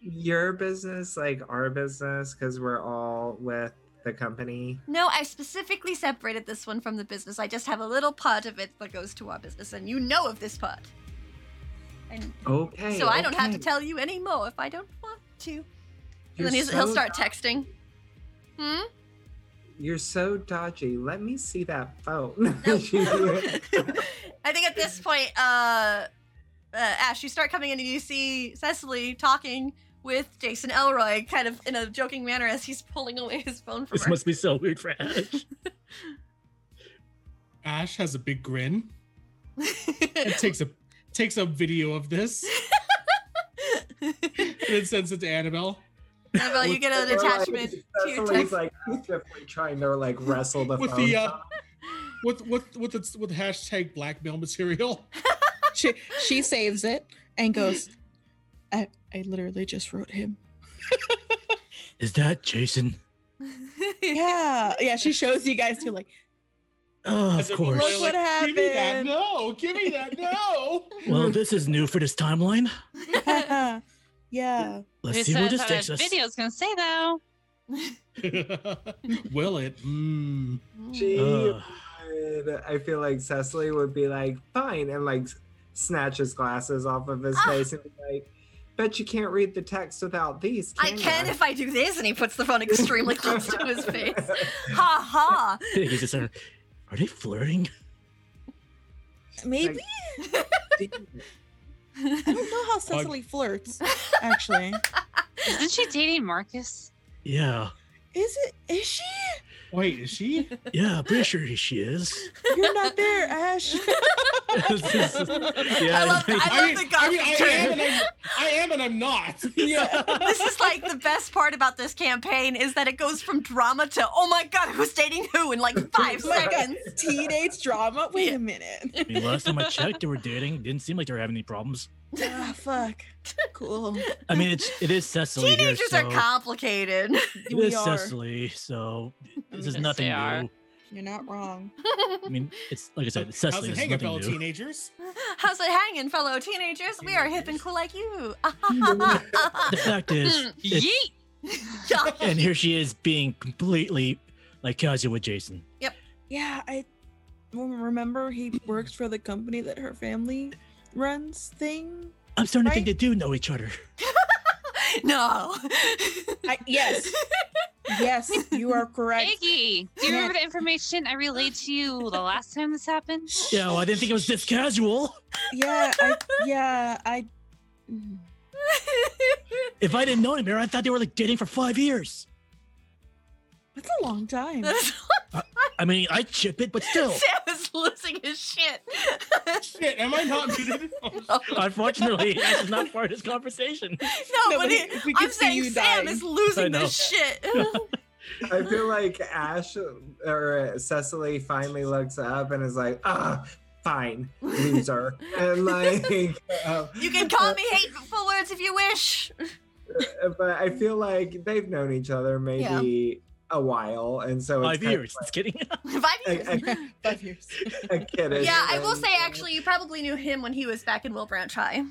Speaker 8: your business like our business because we're all with the company?
Speaker 2: No, I specifically separated this one from the business. I just have a little part of it that goes to our business, and you know of this part. And
Speaker 8: Okay.
Speaker 2: so I don't have to
Speaker 8: okay.
Speaker 2: tell you anymore if I don't want to.
Speaker 8: You're
Speaker 2: and then he's, he'll
Speaker 8: so
Speaker 2: start texting. Hmm?
Speaker 8: You're so dodgy. Let me see that phone. She-
Speaker 2: I think at this point, uh, uh, Ash, you start coming in and you see Cecily talking with Jason Elroy, kind of in a joking manner as he's pulling away his phone from
Speaker 6: This
Speaker 2: her.
Speaker 6: must be so weird for Ash.
Speaker 4: Ash has a big grin. It takes a takes a video of this and then sends it to Annabelle.
Speaker 2: Annabelle, you get an
Speaker 8: Or, like,
Speaker 2: attachment to your
Speaker 8: Cecily's
Speaker 2: text.
Speaker 8: like actively trying to like wrestle the
Speaker 4: With
Speaker 8: phone.
Speaker 4: the, uh, With with with its with hashtag blackmail material.
Speaker 7: She she saves it and goes. I I literally just wrote him.
Speaker 6: Is that Jason?
Speaker 7: Yeah, yeah. She shows you guys too. Like,
Speaker 6: Oh,
Speaker 4: As
Speaker 6: of
Speaker 4: if
Speaker 6: course.
Speaker 4: we're
Speaker 7: Look what
Speaker 4: Give me that
Speaker 7: happened."
Speaker 4: no! Give me that no!
Speaker 6: Well, this is new for this timeline.
Speaker 7: yeah.
Speaker 6: Let's
Speaker 3: This
Speaker 6: see where
Speaker 3: is
Speaker 6: this
Speaker 3: how
Speaker 6: takes
Speaker 3: that
Speaker 6: us.
Speaker 3: video's gonna say though.
Speaker 4: Will it? Mm.
Speaker 8: She
Speaker 6: Ugh.
Speaker 8: would- I feel like Cecily would be like, fine, and like snatch his glasses off of his
Speaker 2: Ah.
Speaker 8: face and be like, bet you can't read the text without these.
Speaker 2: I can
Speaker 8: ya?"
Speaker 2: if I do this, and he puts the phone extremely close to his face. Ha ha!
Speaker 6: He's just like, Are they flirting?
Speaker 7: Maybe? I don't know how Cecily flirts, actually.
Speaker 11: Isn't she dating Marcus?
Speaker 6: Yeah.
Speaker 7: Is it? Is she?
Speaker 4: Wait, is she?
Speaker 6: Yeah, pretty sure she is.
Speaker 7: You're not there, Ash.
Speaker 6: yeah,
Speaker 2: I love,
Speaker 6: like-
Speaker 2: I love the
Speaker 4: I mean, I am,
Speaker 2: gossip.
Speaker 4: and I'm, I am, and I'm not.
Speaker 6: yeah.
Speaker 2: This is like the best part about this campaign is that it goes from drama to oh my god, who's dating who in like five
Speaker 7: Oh my God.
Speaker 2: seconds.
Speaker 7: Teenage drama? Wait a minute.
Speaker 6: I mean, last time I checked, they were dating. Didn't seem like they were having any problems.
Speaker 7: Ah, fuck. Cool.
Speaker 6: I mean, it's it is Cecily here,
Speaker 2: Teenagers
Speaker 6: so
Speaker 2: are complicated.
Speaker 6: it
Speaker 7: We
Speaker 6: is
Speaker 7: are.
Speaker 6: Cecily, so this is
Speaker 7: Yes,
Speaker 6: nothing
Speaker 3: they are.
Speaker 6: new.
Speaker 7: You're not wrong.
Speaker 6: I mean, it's like I said, it's
Speaker 4: How's
Speaker 6: Cecily.
Speaker 4: it
Speaker 6: This is
Speaker 4: hanging, fellow
Speaker 6: nothing new.
Speaker 4: teenagers?
Speaker 2: How's it hanging, fellow teenagers? We are hip and cool like you.
Speaker 6: The fact is,
Speaker 3: Mm,
Speaker 6: it's-
Speaker 3: Yeet!
Speaker 6: and here she is being completely like casual with Jason.
Speaker 7: Yeah, I well, remember he works for the company that her family runs thing.
Speaker 6: I'm starting to think they
Speaker 7: Right?
Speaker 6: do know each other.
Speaker 2: no.
Speaker 7: I, yes. yes, you are correct.
Speaker 3: Iggy, do you remember the information I relayed to you the last time this happened?
Speaker 6: Yeah, well, I didn't think it was this casual.
Speaker 7: Yeah, I, yeah, I. mm.
Speaker 6: If I didn't know him, I thought they were like dating for five years.
Speaker 7: That's a long time.
Speaker 6: I mean, I chip it, but still,
Speaker 2: Sam is losing his shit.
Speaker 4: Shit, am I not muted?
Speaker 6: unfortunately, this is not part of this conversation.
Speaker 2: no, but
Speaker 7: Nobody-
Speaker 2: it,
Speaker 7: if we
Speaker 2: I'm
Speaker 7: could see
Speaker 2: saying
Speaker 7: you
Speaker 2: Sam
Speaker 7: dying.
Speaker 2: is
Speaker 6: I
Speaker 2: losing
Speaker 6: know.
Speaker 2: this shit.
Speaker 8: I feel like Ash or Cecily finally looks up and is like, ah, fine, loser. and like, um,
Speaker 2: you can call me hateful words if you wish.
Speaker 8: uh, But I feel like they've known each other maybe a while, and so it's
Speaker 6: Five
Speaker 8: kind of
Speaker 6: years. Just kidding.
Speaker 2: Five years.
Speaker 8: A, a,
Speaker 7: Five years.
Speaker 8: a kiddish
Speaker 2: yeah, I will
Speaker 8: thing.
Speaker 2: say actually, you probably knew him when he was back in Will Branch High.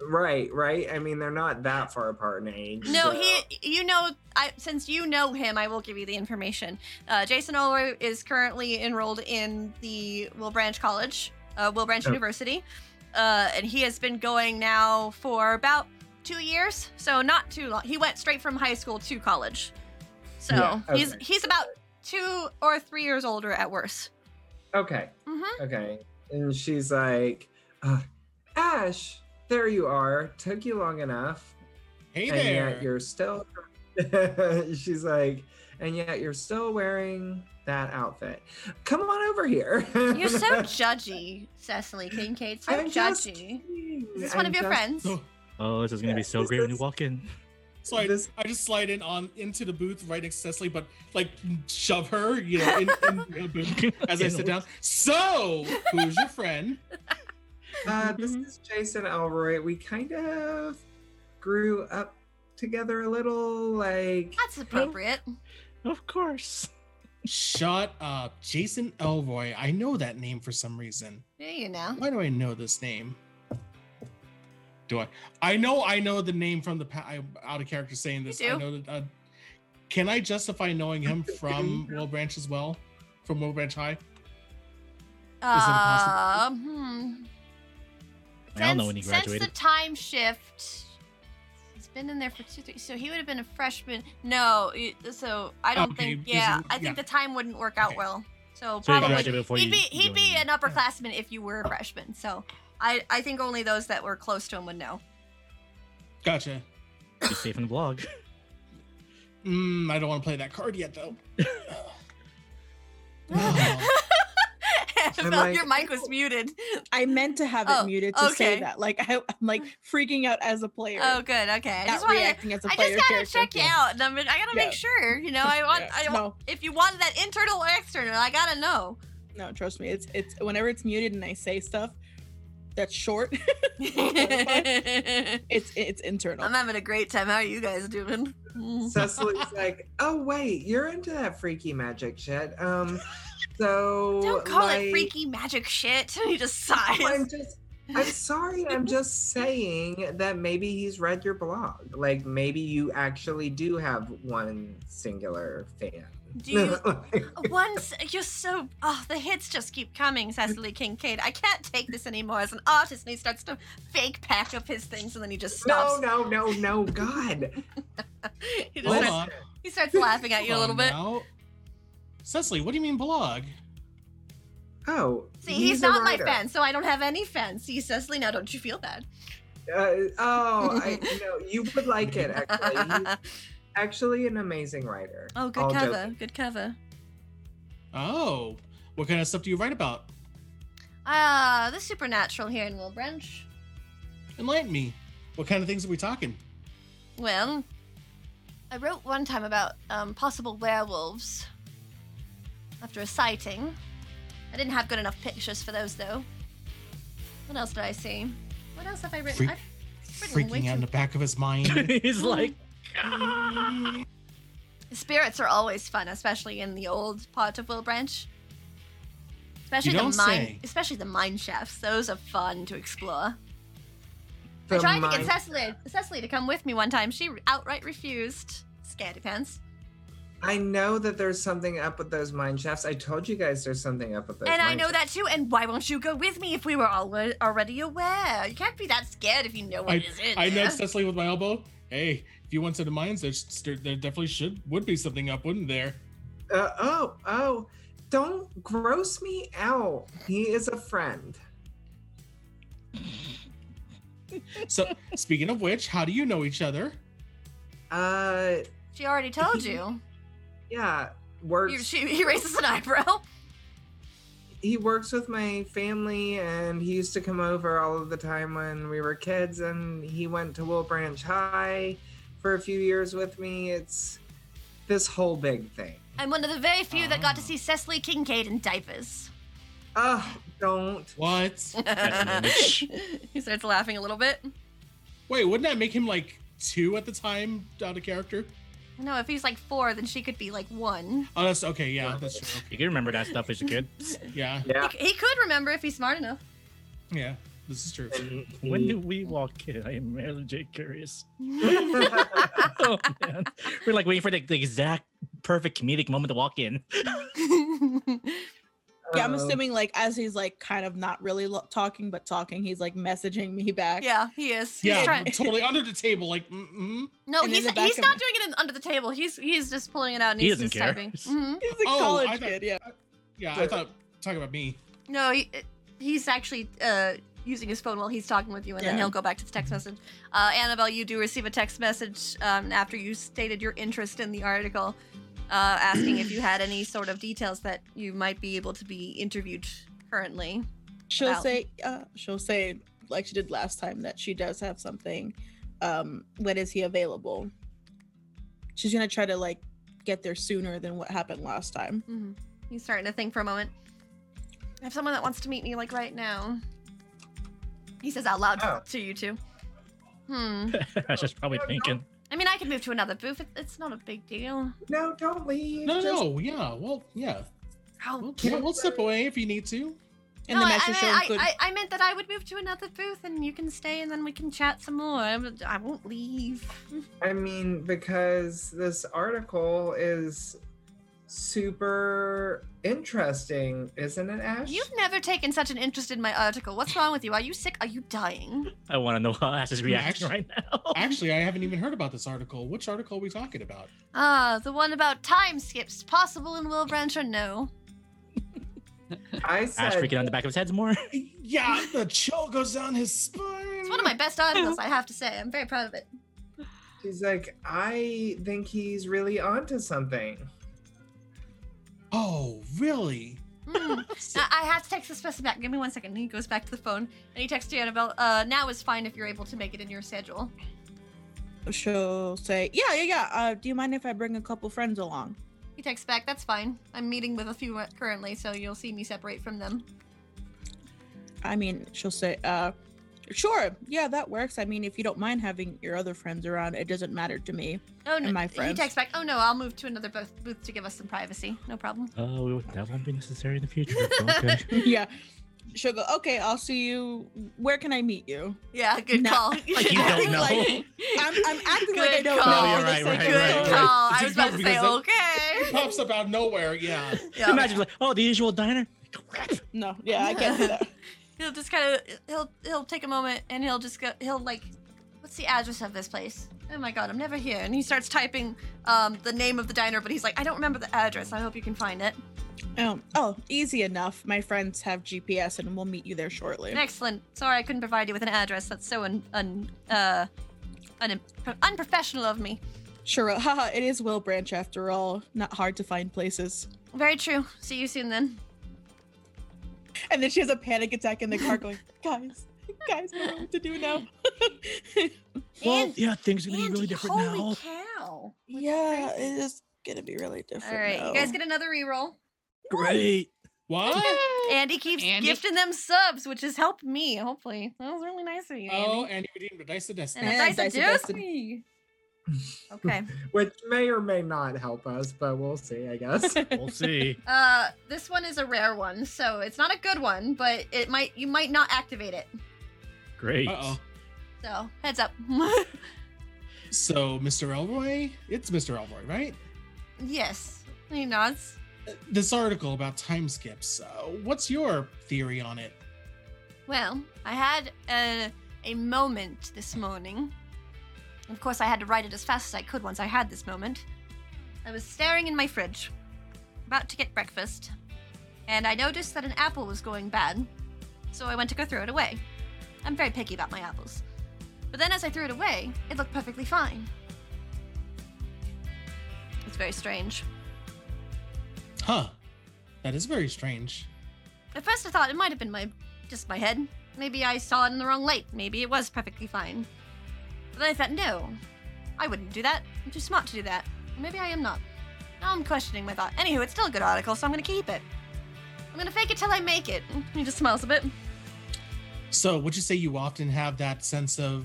Speaker 8: Right, right. I mean, they're not that far apart in age.
Speaker 2: No,
Speaker 8: so-
Speaker 2: he. You know, I since you know him, I will give you the information. Uh, Jason Olroy is currently enrolled in the Will Branch College, uh, Will Branch
Speaker 8: Oh.
Speaker 2: University, uh, and he has been going now for about two years, so not too long. He went straight from high school to college, so
Speaker 8: Yeah,
Speaker 2: he's
Speaker 8: okay.
Speaker 2: he's about two or three years older at worst.
Speaker 8: Okay.
Speaker 2: Mhm.
Speaker 8: Okay. And she's like, uh, Ash, there you are. Took you long enough.
Speaker 4: Hey
Speaker 8: and
Speaker 4: there.
Speaker 8: yet you're still. she's like, and yet you're still wearing that outfit. Come on over here.
Speaker 2: You're so judgy, Cecily Kincaid. So
Speaker 8: I'm just
Speaker 2: judgy.
Speaker 8: kidding.
Speaker 2: Is this one
Speaker 8: I'm
Speaker 2: of your
Speaker 8: just-
Speaker 2: friends?
Speaker 4: So,
Speaker 6: Oh, this is gonna be so
Speaker 8: This
Speaker 6: great when you
Speaker 8: is-
Speaker 6: walk in.
Speaker 4: so I,
Speaker 8: This-
Speaker 4: I just slide in on into the booth right next to Cecily, but like shove her, you know, in, in the booth as I sit down. So, who's your friend?
Speaker 8: Uh, this
Speaker 2: Mm-hmm.
Speaker 8: is Jason Elroy. We kind of grew up together a little. Like,
Speaker 6: Hmm?
Speaker 2: That's appropriate.
Speaker 6: Of course.
Speaker 4: Shut up, Jason Elroy. I know that name for some reason.
Speaker 2: Yeah, you know.
Speaker 4: Why do I know this name? Do I? I know I know the name from the pa- I'm out of character saying this. I
Speaker 2: do.
Speaker 4: know that. Uh, can I justify knowing him from Will Branch as well? From Will Branch High?
Speaker 2: Uh,
Speaker 4: possible?
Speaker 2: hmm.
Speaker 6: I don't know when he
Speaker 2: Since-
Speaker 6: graduated.
Speaker 2: Since the time shift, he's been in there for two, three. So he would have been a freshman. No, y- so I
Speaker 6: Oh,
Speaker 2: don't
Speaker 4: Okay,
Speaker 2: think.
Speaker 4: is
Speaker 2: Yeah,
Speaker 4: it-
Speaker 2: I think
Speaker 4: yeah.
Speaker 2: the time wouldn't work out
Speaker 4: Okay.
Speaker 2: well. So,
Speaker 6: So you
Speaker 2: probably
Speaker 6: graduated before
Speaker 2: he'd
Speaker 6: you
Speaker 2: be he'd
Speaker 6: joined
Speaker 2: be
Speaker 6: them.
Speaker 2: an upperclassman if you were a freshman. So I I think only those that were close to him would know.
Speaker 4: Gotcha.
Speaker 6: Be safe in the vlog.
Speaker 4: Mm, I don't want to play that card yet, though. Oh.
Speaker 2: I felt
Speaker 8: like-
Speaker 2: your mic was muted.
Speaker 7: I meant to have it
Speaker 2: Oh,
Speaker 7: muted to
Speaker 2: okay.
Speaker 7: say that. Like I, I'm like freaking out as a player.
Speaker 2: Oh, good. Okay, I
Speaker 7: not
Speaker 2: just wanted.
Speaker 7: reacting as a
Speaker 2: I
Speaker 7: player
Speaker 2: just gotta
Speaker 7: character.
Speaker 2: check you out. and I'm- I gotta
Speaker 7: Yeah.
Speaker 2: make sure. You know, I want. I
Speaker 7: Yeah.
Speaker 2: want
Speaker 7: No,
Speaker 2: if you wanted that internal or external, I gotta know.
Speaker 7: no, trust me. It's it's whenever it's muted and I say stuff that's short,
Speaker 2: I'm
Speaker 7: it's it's internal.
Speaker 2: having a great time. How are you guys doing? Mm.
Speaker 8: Cecily's like, oh wait, you're into that freaky magic shit. Um, so
Speaker 2: Don't call it
Speaker 8: like,
Speaker 2: freaky magic shit. He just
Speaker 8: I'm
Speaker 2: sighs.
Speaker 8: just, I'm sorry. I'm just saying that maybe he's read your blog. Like maybe you actually do have one singular fan.
Speaker 2: Do you- Once you're so oh, the hits just keep coming, Cecily Kincaid. I can't take this anymore as an artist, and he starts to fake pack up his things, and then he just
Speaker 8: no,
Speaker 2: stops.
Speaker 8: no, no, no, God.
Speaker 2: he, just
Speaker 4: Hold
Speaker 2: starts,
Speaker 4: on.
Speaker 2: he starts laughing at you a
Speaker 4: hold
Speaker 2: little
Speaker 4: on
Speaker 2: bit.
Speaker 4: now. Cecily, what do you mean blog?
Speaker 8: Oh,
Speaker 2: See, he's,
Speaker 8: a
Speaker 2: not my
Speaker 8: writer.
Speaker 2: fan, so I don't have any fans. See, Cecily, now don't you feel bad?
Speaker 8: Uh, oh, I, no, you would like it actually. He's actually an amazing writer.
Speaker 2: oh, good
Speaker 8: All
Speaker 2: cover.
Speaker 8: joking.
Speaker 2: Good cover.
Speaker 4: Oh, what kind of stuff do you write about?
Speaker 2: Ah, the supernatural here in Wilbranch.
Speaker 4: Enlighten me. What kind of things are we talking?
Speaker 2: Well, I wrote one time about um, possible werewolves after a sighting. I didn't have good enough pictures for those, though. What else did I see? What else have I written?
Speaker 4: Freak-
Speaker 2: I've written way
Speaker 4: Freaking out in
Speaker 2: too-
Speaker 4: the back of his mind.
Speaker 6: He's like,
Speaker 2: Spirits are always fun, especially in the old part of Willbranch. Especially
Speaker 4: don't
Speaker 2: the mine,
Speaker 4: say.
Speaker 2: especially the mine shafts. Those are fun to explore. I
Speaker 8: The
Speaker 2: tried to
Speaker 8: mind-
Speaker 2: get Cecily, Cecily to come with me one time. She outright refused. Scaredy pants.
Speaker 8: I know that there's something up with those mine shafts. I told you guys there's something up with those.
Speaker 2: and I
Speaker 8: mine
Speaker 2: know
Speaker 8: shafts.
Speaker 2: that too. And why won't you go with me if we were all already aware? You can't be that scared if you know what
Speaker 4: I-
Speaker 2: is in
Speaker 4: I
Speaker 2: there.
Speaker 4: nudged Cecily with my elbow. Hey, if you went to the mines, there's, there definitely should would be something up, wouldn't there?
Speaker 8: Uh, oh, oh, don't gross me out. He is a friend.
Speaker 4: So, speaking of which, how do you know each other?
Speaker 8: Uh,
Speaker 2: She already told you.
Speaker 8: yeah,
Speaker 2: You-
Speaker 8: works.
Speaker 2: she, he raises an eyebrow.
Speaker 8: he works with my family and he used to come over all of the time when we were kids and he went to Will Branch High for a few years with me. It's this whole big thing.
Speaker 2: I'm one of the very few that got to
Speaker 4: Ah.
Speaker 2: see Cecily Kincaid in diapers.
Speaker 8: Oh, don't.
Speaker 4: What?
Speaker 6: an image.
Speaker 2: he starts laughing a little bit.
Speaker 4: Wait, wouldn't that make him like two at the time out of character?
Speaker 2: No, if he's like four, then she could be like one.
Speaker 4: Oh, that's okay. Yeah, that's true.
Speaker 6: you can remember that stuff as a kid.
Speaker 4: Yeah,
Speaker 8: Yeah.
Speaker 2: He, he could remember if he's smart enough.
Speaker 4: yeah, this is true.
Speaker 6: When do we walk in? I am really curious. oh man, we're like waiting for the, the exact perfect comedic moment to walk in.
Speaker 7: Yeah, I'm
Speaker 8: Oh.
Speaker 7: assuming like as he's like kind of not really lo- talking but talking, he's like messaging me back.
Speaker 2: yeah, he is. He's
Speaker 4: Yeah,
Speaker 2: trying.
Speaker 4: totally under the table. Like, mm-mm.
Speaker 2: No,
Speaker 7: And in
Speaker 2: he's
Speaker 7: the back
Speaker 2: he's
Speaker 7: of-
Speaker 2: not doing it in, under the table. He's he's just pulling it out and
Speaker 6: He
Speaker 2: he's
Speaker 6: doesn't
Speaker 2: just
Speaker 6: care.
Speaker 2: typing. Mhm.
Speaker 7: He's a
Speaker 4: Oh,
Speaker 7: college
Speaker 4: I thought-
Speaker 7: kid. Yeah.
Speaker 4: yeah, I thought talking about me.
Speaker 2: No, he, he's actually uh, using his phone while he's talking with you, and then
Speaker 7: Yeah.
Speaker 2: he'll go back to the text message. Uh, Annabelle, you do receive a text message um, after you stated your interest in the article, uh, asking if you had any sort of details that you might be able to be interviewed currently.
Speaker 7: She'll
Speaker 2: about-
Speaker 7: say, uh, she'll say, like she did last time, that she does have something. Um, when is he available? She's gonna try to like get there sooner than what happened last time.
Speaker 2: Mm-hmm. He's starting to think for a moment. I have someone that wants to meet me like right now. He says out loud
Speaker 8: Oh.
Speaker 2: to you two. Hmm.
Speaker 6: I was just probably thinking.
Speaker 2: I mean, I could move to another booth. It, it's not a big deal.
Speaker 8: No, don't leave.
Speaker 4: No,
Speaker 8: Just-
Speaker 4: no, yeah, well, yeah,
Speaker 2: Oh,
Speaker 4: we'll, we'll step away if you need to.
Speaker 2: no,
Speaker 7: And the
Speaker 2: I-
Speaker 7: message
Speaker 2: I,
Speaker 7: will
Speaker 2: mean,
Speaker 7: include.
Speaker 2: I, I, I meant that I would move to another booth and you can stay and then we can chat some more. I, would- I won't leave.
Speaker 8: I mean, because this article is super interesting, isn't it, Ash?
Speaker 2: You've never taken such an interest in my article. What's wrong with you? Are you sick? Are you dying?
Speaker 6: I want to know how Ash is reacting
Speaker 4: Actually-
Speaker 6: right now.
Speaker 4: Actually, I haven't even heard about this article. Which article are we talking about?
Speaker 2: Ah, the one about time skips possible in Will Branch or no?
Speaker 8: I
Speaker 6: Ash
Speaker 8: said,
Speaker 6: freaking on the back of his head more.
Speaker 4: Yeah, the chill goes down his spine.
Speaker 2: It's one of my best articles, I have to say. I'm very proud of it.
Speaker 8: she's like, I think he's really onto something.
Speaker 4: Oh, really?
Speaker 2: Mm. I, I have to text this person back. Give me one second. He goes back to the phone and he texts you, Annabelle. Uh, now is fine if you're able to make it in your schedule.
Speaker 7: she'll say, yeah, yeah, yeah. Uh, do you mind if I bring a couple friends along?
Speaker 2: He texts back. That's fine. I'm meeting with a few currently, so you'll see me separate from them.
Speaker 7: I mean, she'll say, uh, sure, yeah, that works. I mean, if you don't mind having your other friends around, it doesn't matter to me.
Speaker 2: Oh no!
Speaker 7: my
Speaker 2: He
Speaker 7: friends.
Speaker 2: texts back. Oh no! I'll move to another booth, booth to give us some privacy. No problem.
Speaker 6: Oh, we- that won't be necessary in the future. Okay.
Speaker 7: yeah. She'll go, okay, I'll see you. Where can I meet you?
Speaker 2: Yeah, good
Speaker 7: No.
Speaker 2: call.
Speaker 6: Like, you don't know.
Speaker 7: Like, I'm, I'm acting like I
Speaker 2: Good
Speaker 7: don't
Speaker 2: call.
Speaker 7: know.
Speaker 2: No,
Speaker 6: you're
Speaker 7: for the
Speaker 6: right,
Speaker 7: sake
Speaker 6: right,
Speaker 7: of
Speaker 2: good
Speaker 6: right,
Speaker 7: it.
Speaker 6: right.
Speaker 2: call. I
Speaker 4: It's
Speaker 2: was about to
Speaker 4: because
Speaker 2: say
Speaker 4: they-
Speaker 2: okay.
Speaker 4: Pops up out of nowhere. Yeah.
Speaker 2: Yeah.
Speaker 6: Imagine like, oh, the usual diner.
Speaker 7: No, yeah, I can't do that.
Speaker 2: He'll just kind of he'll he'll take a moment and he'll just go he'll like, what's the address of this place? Oh my god, I'm never here. And he starts typing um, the name of the diner, but he's like, I don't remember the address. I hope you can find it.
Speaker 7: Oh, oh, easy enough. My friends have GPS and we'll meet you there shortly.
Speaker 2: Excellent. Sorry, I couldn't provide you with an address. That's so un, un, uh, un, unprofessional of me.
Speaker 7: Sure. Haha, it is Will Branch after all. Not hard to find places.
Speaker 2: Very true. See you soon then.
Speaker 7: And then she has a panic attack in the car going, guys, guys, I don't know what to do now.
Speaker 6: Well,
Speaker 2: And-
Speaker 6: yeah, things are gonna be
Speaker 2: Andy,
Speaker 6: really different
Speaker 2: holy
Speaker 6: now.
Speaker 2: cow.
Speaker 7: yeah, it is gonna be really different.
Speaker 2: All right, you guys get another reroll.
Speaker 6: Great.
Speaker 4: What?
Speaker 2: Andy keeps
Speaker 3: Andy.
Speaker 2: gifting them subs, which has helped me, hopefully. That was really nice of you, Andy.
Speaker 4: Oh, and you redeemed a dice of destiny.
Speaker 2: and a dice,
Speaker 7: and dice
Speaker 2: of
Speaker 7: of destiny.
Speaker 2: destiny. Okay.
Speaker 8: Which may or may not help us, but we'll see, I guess.
Speaker 6: We'll see.
Speaker 2: Uh, this one is a rare one, so it's not a good one, but it might you might not activate it.
Speaker 6: Great.
Speaker 4: Uh oh.
Speaker 2: So heads up.
Speaker 4: So, Mr. Elroy, it's Mr. Elroy, right?
Speaker 2: yes. He nods.
Speaker 4: This article about time skips. Uh, what's your theory on it?
Speaker 2: Well, I had a, a moment this morning. Of course, I had to write it as fast as I could once I had this moment. I was staring in my fridge, about to get breakfast, and I noticed that an apple was going bad, so I went to go throw it away. I'm very picky about my apples. But then as I threw it away, it looked perfectly fine. It's very strange.
Speaker 4: Huh? That is very strange.
Speaker 2: At first, I thought it might have been my just my head. Maybe I saw it in the wrong light. Maybe it was perfectly fine. But then I thought, no, I wouldn't do that. I'm too smart to do that. Maybe I am not. Now I'm questioning my thought. Anywho, it's still a good article, so I'm gonna keep it. I'm gonna fake it till I make it. He just smiles a bit.
Speaker 4: So, would you say you often have that sense of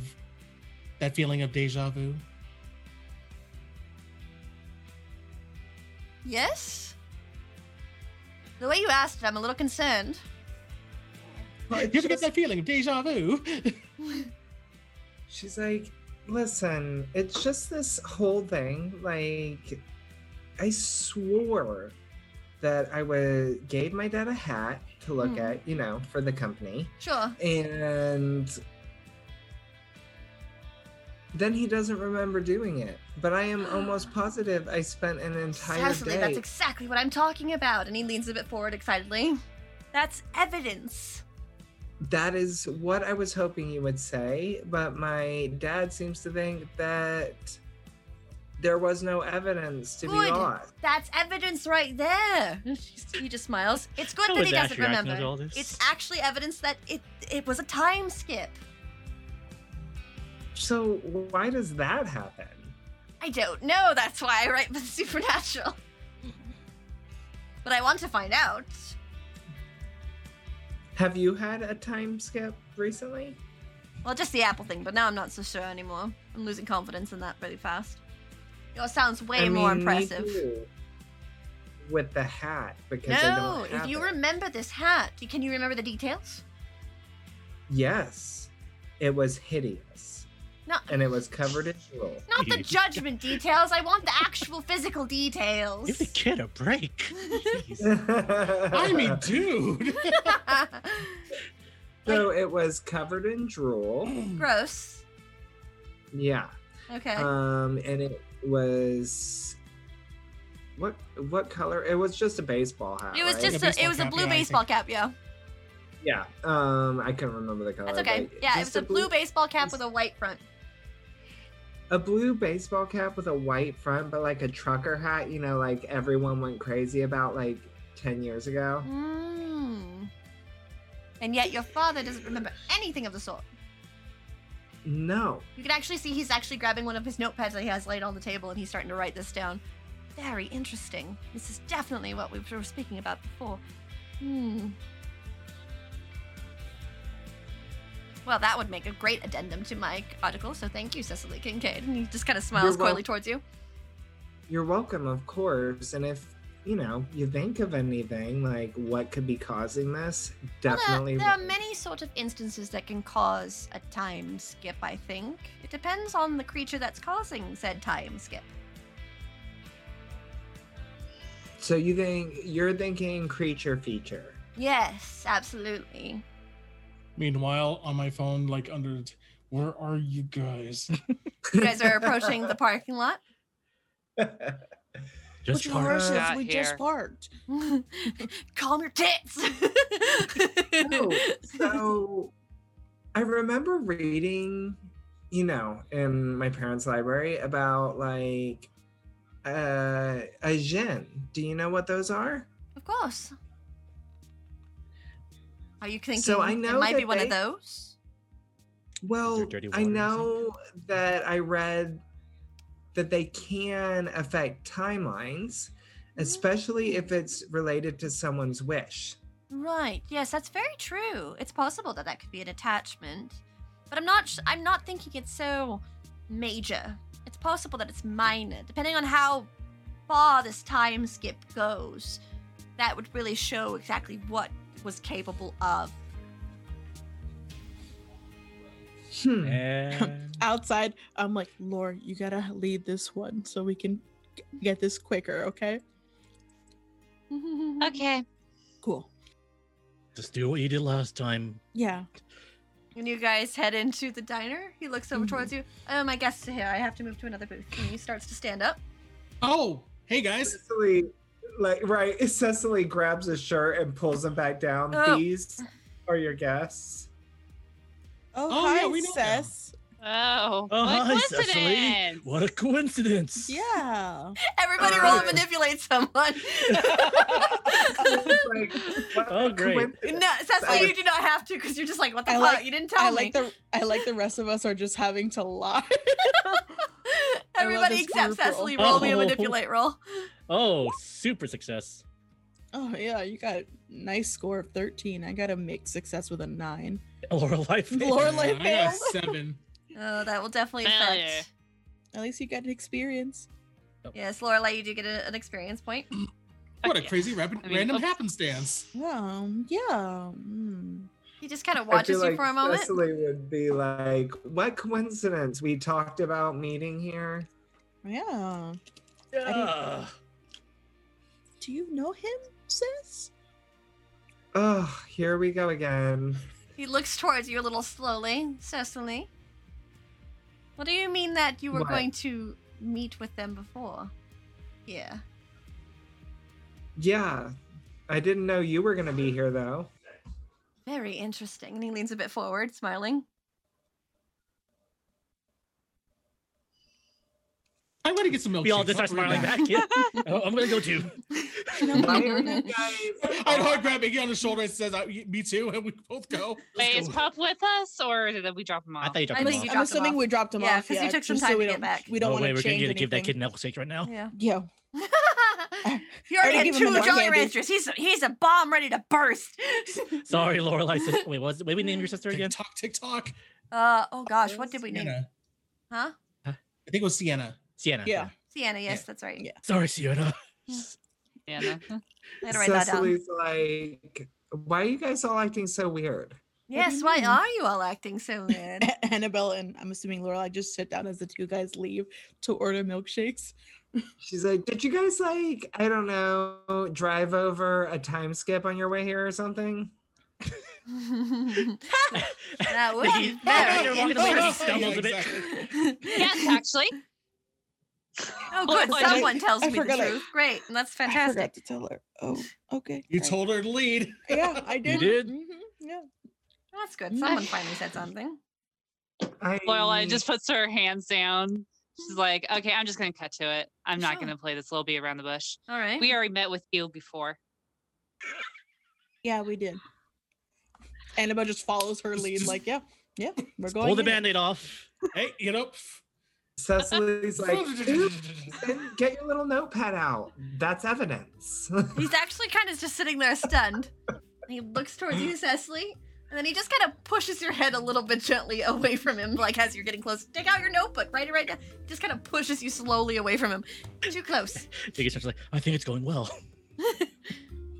Speaker 4: that feeling of deja vu?
Speaker 2: Yes. The way you asked it, I'm a little concerned.
Speaker 4: You ever get that feeling of deja vu?
Speaker 8: She's like, listen, it's just this whole thing. Like, I swore that I would gave my dad a hat to look
Speaker 2: Hmm.
Speaker 8: at, you know, for the company,
Speaker 2: Sure.
Speaker 8: and then he doesn't remember doing it. But I am almost positive I spent an entire
Speaker 2: Cecily,
Speaker 8: day.
Speaker 2: that's exactly what I'm talking about. And he leans a bit forward excitedly. That's evidence.
Speaker 8: that is what I was hoping you would say, but my dad seems to think that there was no evidence to be
Speaker 2: Good.
Speaker 8: lost.
Speaker 2: That's evidence right there. he just smiles. It's good
Speaker 6: How
Speaker 2: that
Speaker 6: was
Speaker 2: he
Speaker 6: Ash
Speaker 2: doesn't
Speaker 6: reacting to all
Speaker 2: remember.
Speaker 6: this?
Speaker 2: It's actually evidence that it it was a time skip.
Speaker 8: So why does that happen?
Speaker 2: I don't know. That's why I write the supernatural. but I want to find out.
Speaker 8: Have you had a time skip recently?
Speaker 2: Well, just the apple thing, but now I'm not so sure anymore. I'm losing confidence in that really fast. Yours sounds way
Speaker 8: I
Speaker 2: more
Speaker 8: mean, me
Speaker 2: impressive.
Speaker 8: too, With the hat, because
Speaker 2: No,
Speaker 8: I don't have
Speaker 2: if you
Speaker 8: it.
Speaker 2: remember this hat, can you remember the details?
Speaker 8: yes, it was hideous,
Speaker 2: No,
Speaker 8: and it was covered in jewel.
Speaker 2: not the
Speaker 6: You-
Speaker 2: judgment details. I want the actual physical details.
Speaker 6: Give the kid a break. Jeez.
Speaker 4: I mean, dude.
Speaker 8: so it was covered in drool.
Speaker 2: Gross.
Speaker 8: Yeah.
Speaker 2: Okay.
Speaker 8: Um, and it was what what color? It was just a baseball hat.
Speaker 2: it was
Speaker 8: right?
Speaker 2: just
Speaker 4: A
Speaker 2: a, it was a
Speaker 4: baseball
Speaker 2: blue
Speaker 4: cap, yeah, I
Speaker 2: baseball cap, yeah.
Speaker 8: yeah. Um, I couldn't remember the color.
Speaker 2: That's okay.
Speaker 8: but
Speaker 2: Yeah, it was
Speaker 8: just
Speaker 2: a blue baseball cap with a white front.
Speaker 8: a blue baseball cap with a white front, but like a trucker hat, you know, like everyone went crazy about like 10 years ago.
Speaker 2: Mm. And yet your father doesn't remember anything of the sort.
Speaker 8: No.
Speaker 2: You can actually see he's actually grabbing one of his notepads that he has laid on the table and he's starting to write this down. Very interesting. This is definitely what we were speaking about before. Hmm. Well, that would make a great addendum to my article, so thank you, Cecily Kincaid. And he just kind of smiles coyly
Speaker 8: welcome.
Speaker 2: towards you.
Speaker 8: You're welcome, of course. And if, you know, you think of anything like what could be causing this,
Speaker 2: Well, there-
Speaker 8: definitely.
Speaker 2: there, are many sort of instances that can cause a time skip, I think. It depends on the creature that's causing said time skip.
Speaker 8: So you think you're thinking creature feature.
Speaker 2: Yes, absolutely.
Speaker 4: Meanwhile, on my phone, like under, the t- where are you guys?
Speaker 2: You guys are approaching the parking lot.
Speaker 6: Just
Speaker 7: Look at
Speaker 6: part.
Speaker 7: our ships,
Speaker 3: Got
Speaker 7: we
Speaker 3: here.
Speaker 7: just parked.
Speaker 1: Calm your tits.
Speaker 8: Oh, so I remember reading, you know, in my parents' library about like uh, a gen. Do you know what those are?
Speaker 1: Of course.
Speaker 2: Are you thinking
Speaker 8: I know
Speaker 2: it might
Speaker 8: that
Speaker 2: be one of
Speaker 8: they-
Speaker 2: those?
Speaker 8: Well,
Speaker 6: dirty
Speaker 8: I
Speaker 6: water in the sink?
Speaker 8: know that I read that they can affect
Speaker 6: Mm.
Speaker 8: timelines, especially if it's related to someone's wish.
Speaker 1: Right. Yes, that's very true. It's possible that that could be an attachment, but I'm not. Sh- I'm not thinking it's so major. It's possible that it's minor, depending on how far this time skip goes. That would really show exactly what it was capable of.
Speaker 8: Hmm.
Speaker 6: And
Speaker 7: Outside, I'm like, Lord, you gotta lead this one so we can g- get this quicker, okay?
Speaker 9: Okay.
Speaker 7: Cool.
Speaker 6: just do what you did last time.
Speaker 7: Yeah.
Speaker 2: When you guys head into the diner, he looks over
Speaker 7: Mhm.
Speaker 2: towards you.
Speaker 1: Oh,
Speaker 2: Um, I guess here I have to move to another booth. And he starts to stand up.
Speaker 4: Oh, hey guys.
Speaker 8: Cecily, like right, Cecily grabs his shirt and pulls him back down.
Speaker 2: Oh.
Speaker 8: These are your guests.
Speaker 7: Oh,
Speaker 4: Oh,
Speaker 7: hi,
Speaker 4: yeah, we know now.
Speaker 7: Cess.
Speaker 3: Oh,
Speaker 6: Oh,
Speaker 3: what a
Speaker 6: hi, Cecily.
Speaker 3: coincidence.
Speaker 6: What a coincidence!
Speaker 7: Yeah.
Speaker 2: Everybody roll
Speaker 8: Oh.
Speaker 2: and manipulate someone. Oh,
Speaker 8: It's like, what
Speaker 6: Oh,
Speaker 8: a
Speaker 6: great.
Speaker 8: coincidence.
Speaker 2: no,
Speaker 8: I-
Speaker 2: Cecily, you do not have to because you're just like, what the
Speaker 7: I
Speaker 2: fuck?
Speaker 7: like-
Speaker 2: you didn't tell
Speaker 7: I
Speaker 2: me.
Speaker 7: like the I like the rest of us are just having to lie. I love
Speaker 2: Everybody
Speaker 7: this
Speaker 2: except
Speaker 7: group roll.
Speaker 2: Cecily, roll me a
Speaker 6: Oh.
Speaker 2: manipulate roll.
Speaker 6: Oh, super success.
Speaker 7: Oh yeah, you got a nice score of 13. I got a mixed success with a nine.
Speaker 6: Lorelai. failed.
Speaker 4: Uh,
Speaker 7: Lorelai
Speaker 4: I got a
Speaker 7: failed.
Speaker 4: seven.
Speaker 2: Oh, that will definitely
Speaker 3: Failure.
Speaker 2: affect.
Speaker 7: At least you got an experience.
Speaker 2: Yes, Lorelai, you do get a, an experience point.
Speaker 4: What a
Speaker 3: Yeah.
Speaker 4: crazy rapid,
Speaker 3: I mean,
Speaker 4: random
Speaker 3: oops.
Speaker 4: happenstance.
Speaker 7: Um, yeah. mm.
Speaker 2: He just kind of
Speaker 8: I feel
Speaker 2: watches you
Speaker 8: like
Speaker 2: for a moment.
Speaker 8: Cecily would be like, "What coincidence? We talked about meeting here."
Speaker 7: Yeah.
Speaker 6: Yeah.
Speaker 7: Do you know him, sis?
Speaker 8: Oh, here we go again.
Speaker 2: He looks towards you a little slowly, Cecily. What do you mean that you were
Speaker 8: What?
Speaker 2: going to meet with them before? Yeah.
Speaker 8: Yeah, I didn't know you were gonna be here though.
Speaker 2: Very interesting. And he leans a bit forward, smiling.
Speaker 4: I'm gonna get some milk.
Speaker 6: We all just start smiling back. Yeah. Oh, I'm gonna go too.
Speaker 8: Why are you guys?
Speaker 4: I'd hard grab Iggy on the shoulder and says, "Uh, y- "Me too," and we both go.
Speaker 3: Wait, is Pup with us or did we drop him off?
Speaker 6: I thought you dropped
Speaker 2: I
Speaker 6: him
Speaker 2: think
Speaker 6: off.
Speaker 2: you
Speaker 7: I'm
Speaker 2: dropped him
Speaker 7: assuming
Speaker 2: off.
Speaker 7: we dropped him
Speaker 2: Yeah,
Speaker 7: off.
Speaker 2: 'cause you took some
Speaker 7: just so
Speaker 2: time
Speaker 7: we
Speaker 2: to get
Speaker 7: don't-
Speaker 2: back.
Speaker 7: We don't
Speaker 6: oh,
Speaker 7: want
Speaker 6: wait,
Speaker 7: to
Speaker 6: we're gonna
Speaker 7: change
Speaker 6: get to give that kid
Speaker 7: anything.
Speaker 6: an milkshake right now.
Speaker 2: Yeah.
Speaker 7: Yeah.
Speaker 2: He already
Speaker 7: already
Speaker 2: had
Speaker 7: gave him
Speaker 2: two
Speaker 7: enough
Speaker 2: Jolly
Speaker 7: candy.
Speaker 2: Ranchers. He's a, he's a bomb ready to burst.
Speaker 6: Sorry, Lorelai. Sis- wait, what was wait, we name your sister again?
Speaker 4: TikTok, TikTok.
Speaker 2: Uh oh gosh, what did we name?
Speaker 4: Sienna.
Speaker 2: Huh?
Speaker 4: I think it was Sienna.
Speaker 6: Sienna.
Speaker 7: Yeah.
Speaker 2: Sienna, yes,
Speaker 4: Yeah.
Speaker 2: that's right.
Speaker 7: Yeah.
Speaker 6: Sorry, Sienna.
Speaker 3: Yeah, no.
Speaker 2: I had to write that down.
Speaker 8: Cecily's like, "Why are you guys all acting so weird?"
Speaker 2: Yes,
Speaker 7: you
Speaker 2: why
Speaker 7: mean?
Speaker 2: are you all acting so weird?
Speaker 7: Annabelle and I'm assuming Lorelai just sit down as the two guys leave to order milkshakes.
Speaker 8: She's like, "Did you guys like, I don't know, drive over a time skip on your way here or something?"
Speaker 2: that would
Speaker 6: He-
Speaker 2: be very
Speaker 6: they're walking away, he
Speaker 2: interesting.
Speaker 6: stumbles a bit.
Speaker 3: yes, actually.
Speaker 2: Oh, good.
Speaker 3: Oh, I-
Speaker 2: Someone tells
Speaker 7: I
Speaker 2: me the
Speaker 7: forgot I-
Speaker 2: truth. Great. and That's
Speaker 7: I forgot
Speaker 2: fantastic.
Speaker 7: to tell her. Oh, okay.
Speaker 4: You
Speaker 7: great.
Speaker 4: told her to lead.
Speaker 7: Yeah, I did.
Speaker 6: did?
Speaker 7: Mhm, yeah.
Speaker 2: That's good.
Speaker 7: Mm.
Speaker 2: Someone finally said something.
Speaker 8: I
Speaker 3: Lorelai just puts her hands down. She's like, okay, I'm just gonna cut to it. I'm not
Speaker 2: Sure.
Speaker 3: gonna play this little bee around the bush.
Speaker 2: All right.
Speaker 3: We already met with you before.
Speaker 7: Yeah, we did. Annabelle just follows her lead, like, yeah, yeah, we're going.
Speaker 6: Pull the
Speaker 7: in it."
Speaker 6: band-aid off.
Speaker 4: Hey, you know.
Speaker 8: Cecily's like, "Ooh, then get your little notepad out. That's evidence.
Speaker 2: He's actually kind of just sitting there stunned. He looks towards you, Cecily, and then he just kind of pushes your head a little bit gently away from him, like as you're getting close. Take out your notebook, write it right down. Just kind of pushes you slowly away from him. Too close.
Speaker 6: Iggy starts like, I think it's going well.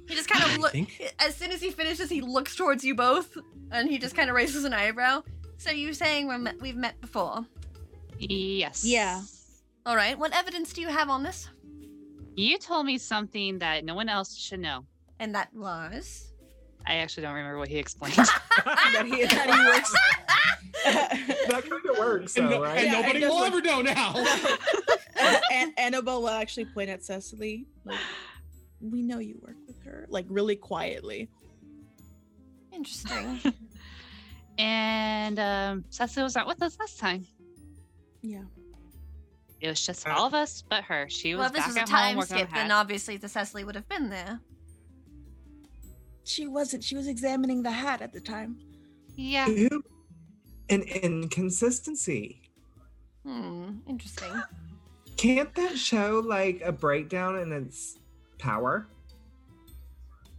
Speaker 2: He just kind
Speaker 4: I
Speaker 2: of look.
Speaker 4: think-
Speaker 2: As soon as he finishes, he looks towards you both, and he just kind of raises an eyebrow. So you're saying we're met, we've met before?
Speaker 3: Yes.
Speaker 2: All right. What evidence do you have on this?
Speaker 3: You told me something that no one else should know.
Speaker 2: And that was.
Speaker 3: I actually don't remember what he explained.
Speaker 7: That he, that he works,
Speaker 8: that kind of works,
Speaker 4: And,
Speaker 8: though,
Speaker 4: no- and
Speaker 8: right?
Speaker 7: Yeah, it
Speaker 4: nobody
Speaker 7: does
Speaker 4: will
Speaker 7: look-
Speaker 4: ever know now.
Speaker 7: and Annabelle will actually point at Cecily, like, we know you work with her, like really quietly.
Speaker 2: Interesting.
Speaker 3: And um, Cecily was not with us last time.
Speaker 7: Yeah.
Speaker 3: It was just all of us but her. She was
Speaker 2: well, if this
Speaker 3: back
Speaker 2: was a
Speaker 3: at home
Speaker 2: time
Speaker 3: working on
Speaker 2: skip, then
Speaker 3: hats.
Speaker 2: obviously the Cecily would have been there.
Speaker 7: She wasn't. She was examining the hat at the time.
Speaker 3: Yeah.
Speaker 8: Ooh, An inconsistency.
Speaker 2: Hmm. Interesting.
Speaker 8: Can't that show like a breakdown in its power?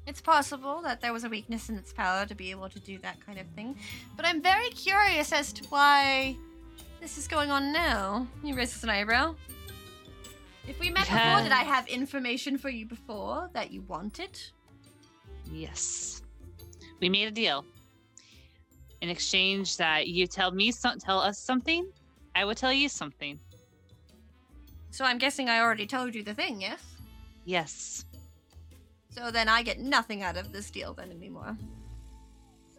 Speaker 2: It's possible that there was a weakness in its power to be able to do that kind of thing, but I'm very curious as to why this is going on now. You raises an eyebrow. If we met before, did I have information for you before that you wanted?
Speaker 3: Yes. We made a deal. In exchange that you tell me some, tell us something, I will tell you something.
Speaker 2: So I'm guessing I already told you the thing, yes?
Speaker 3: Yes.
Speaker 2: So then I get nothing out of this deal then anymore.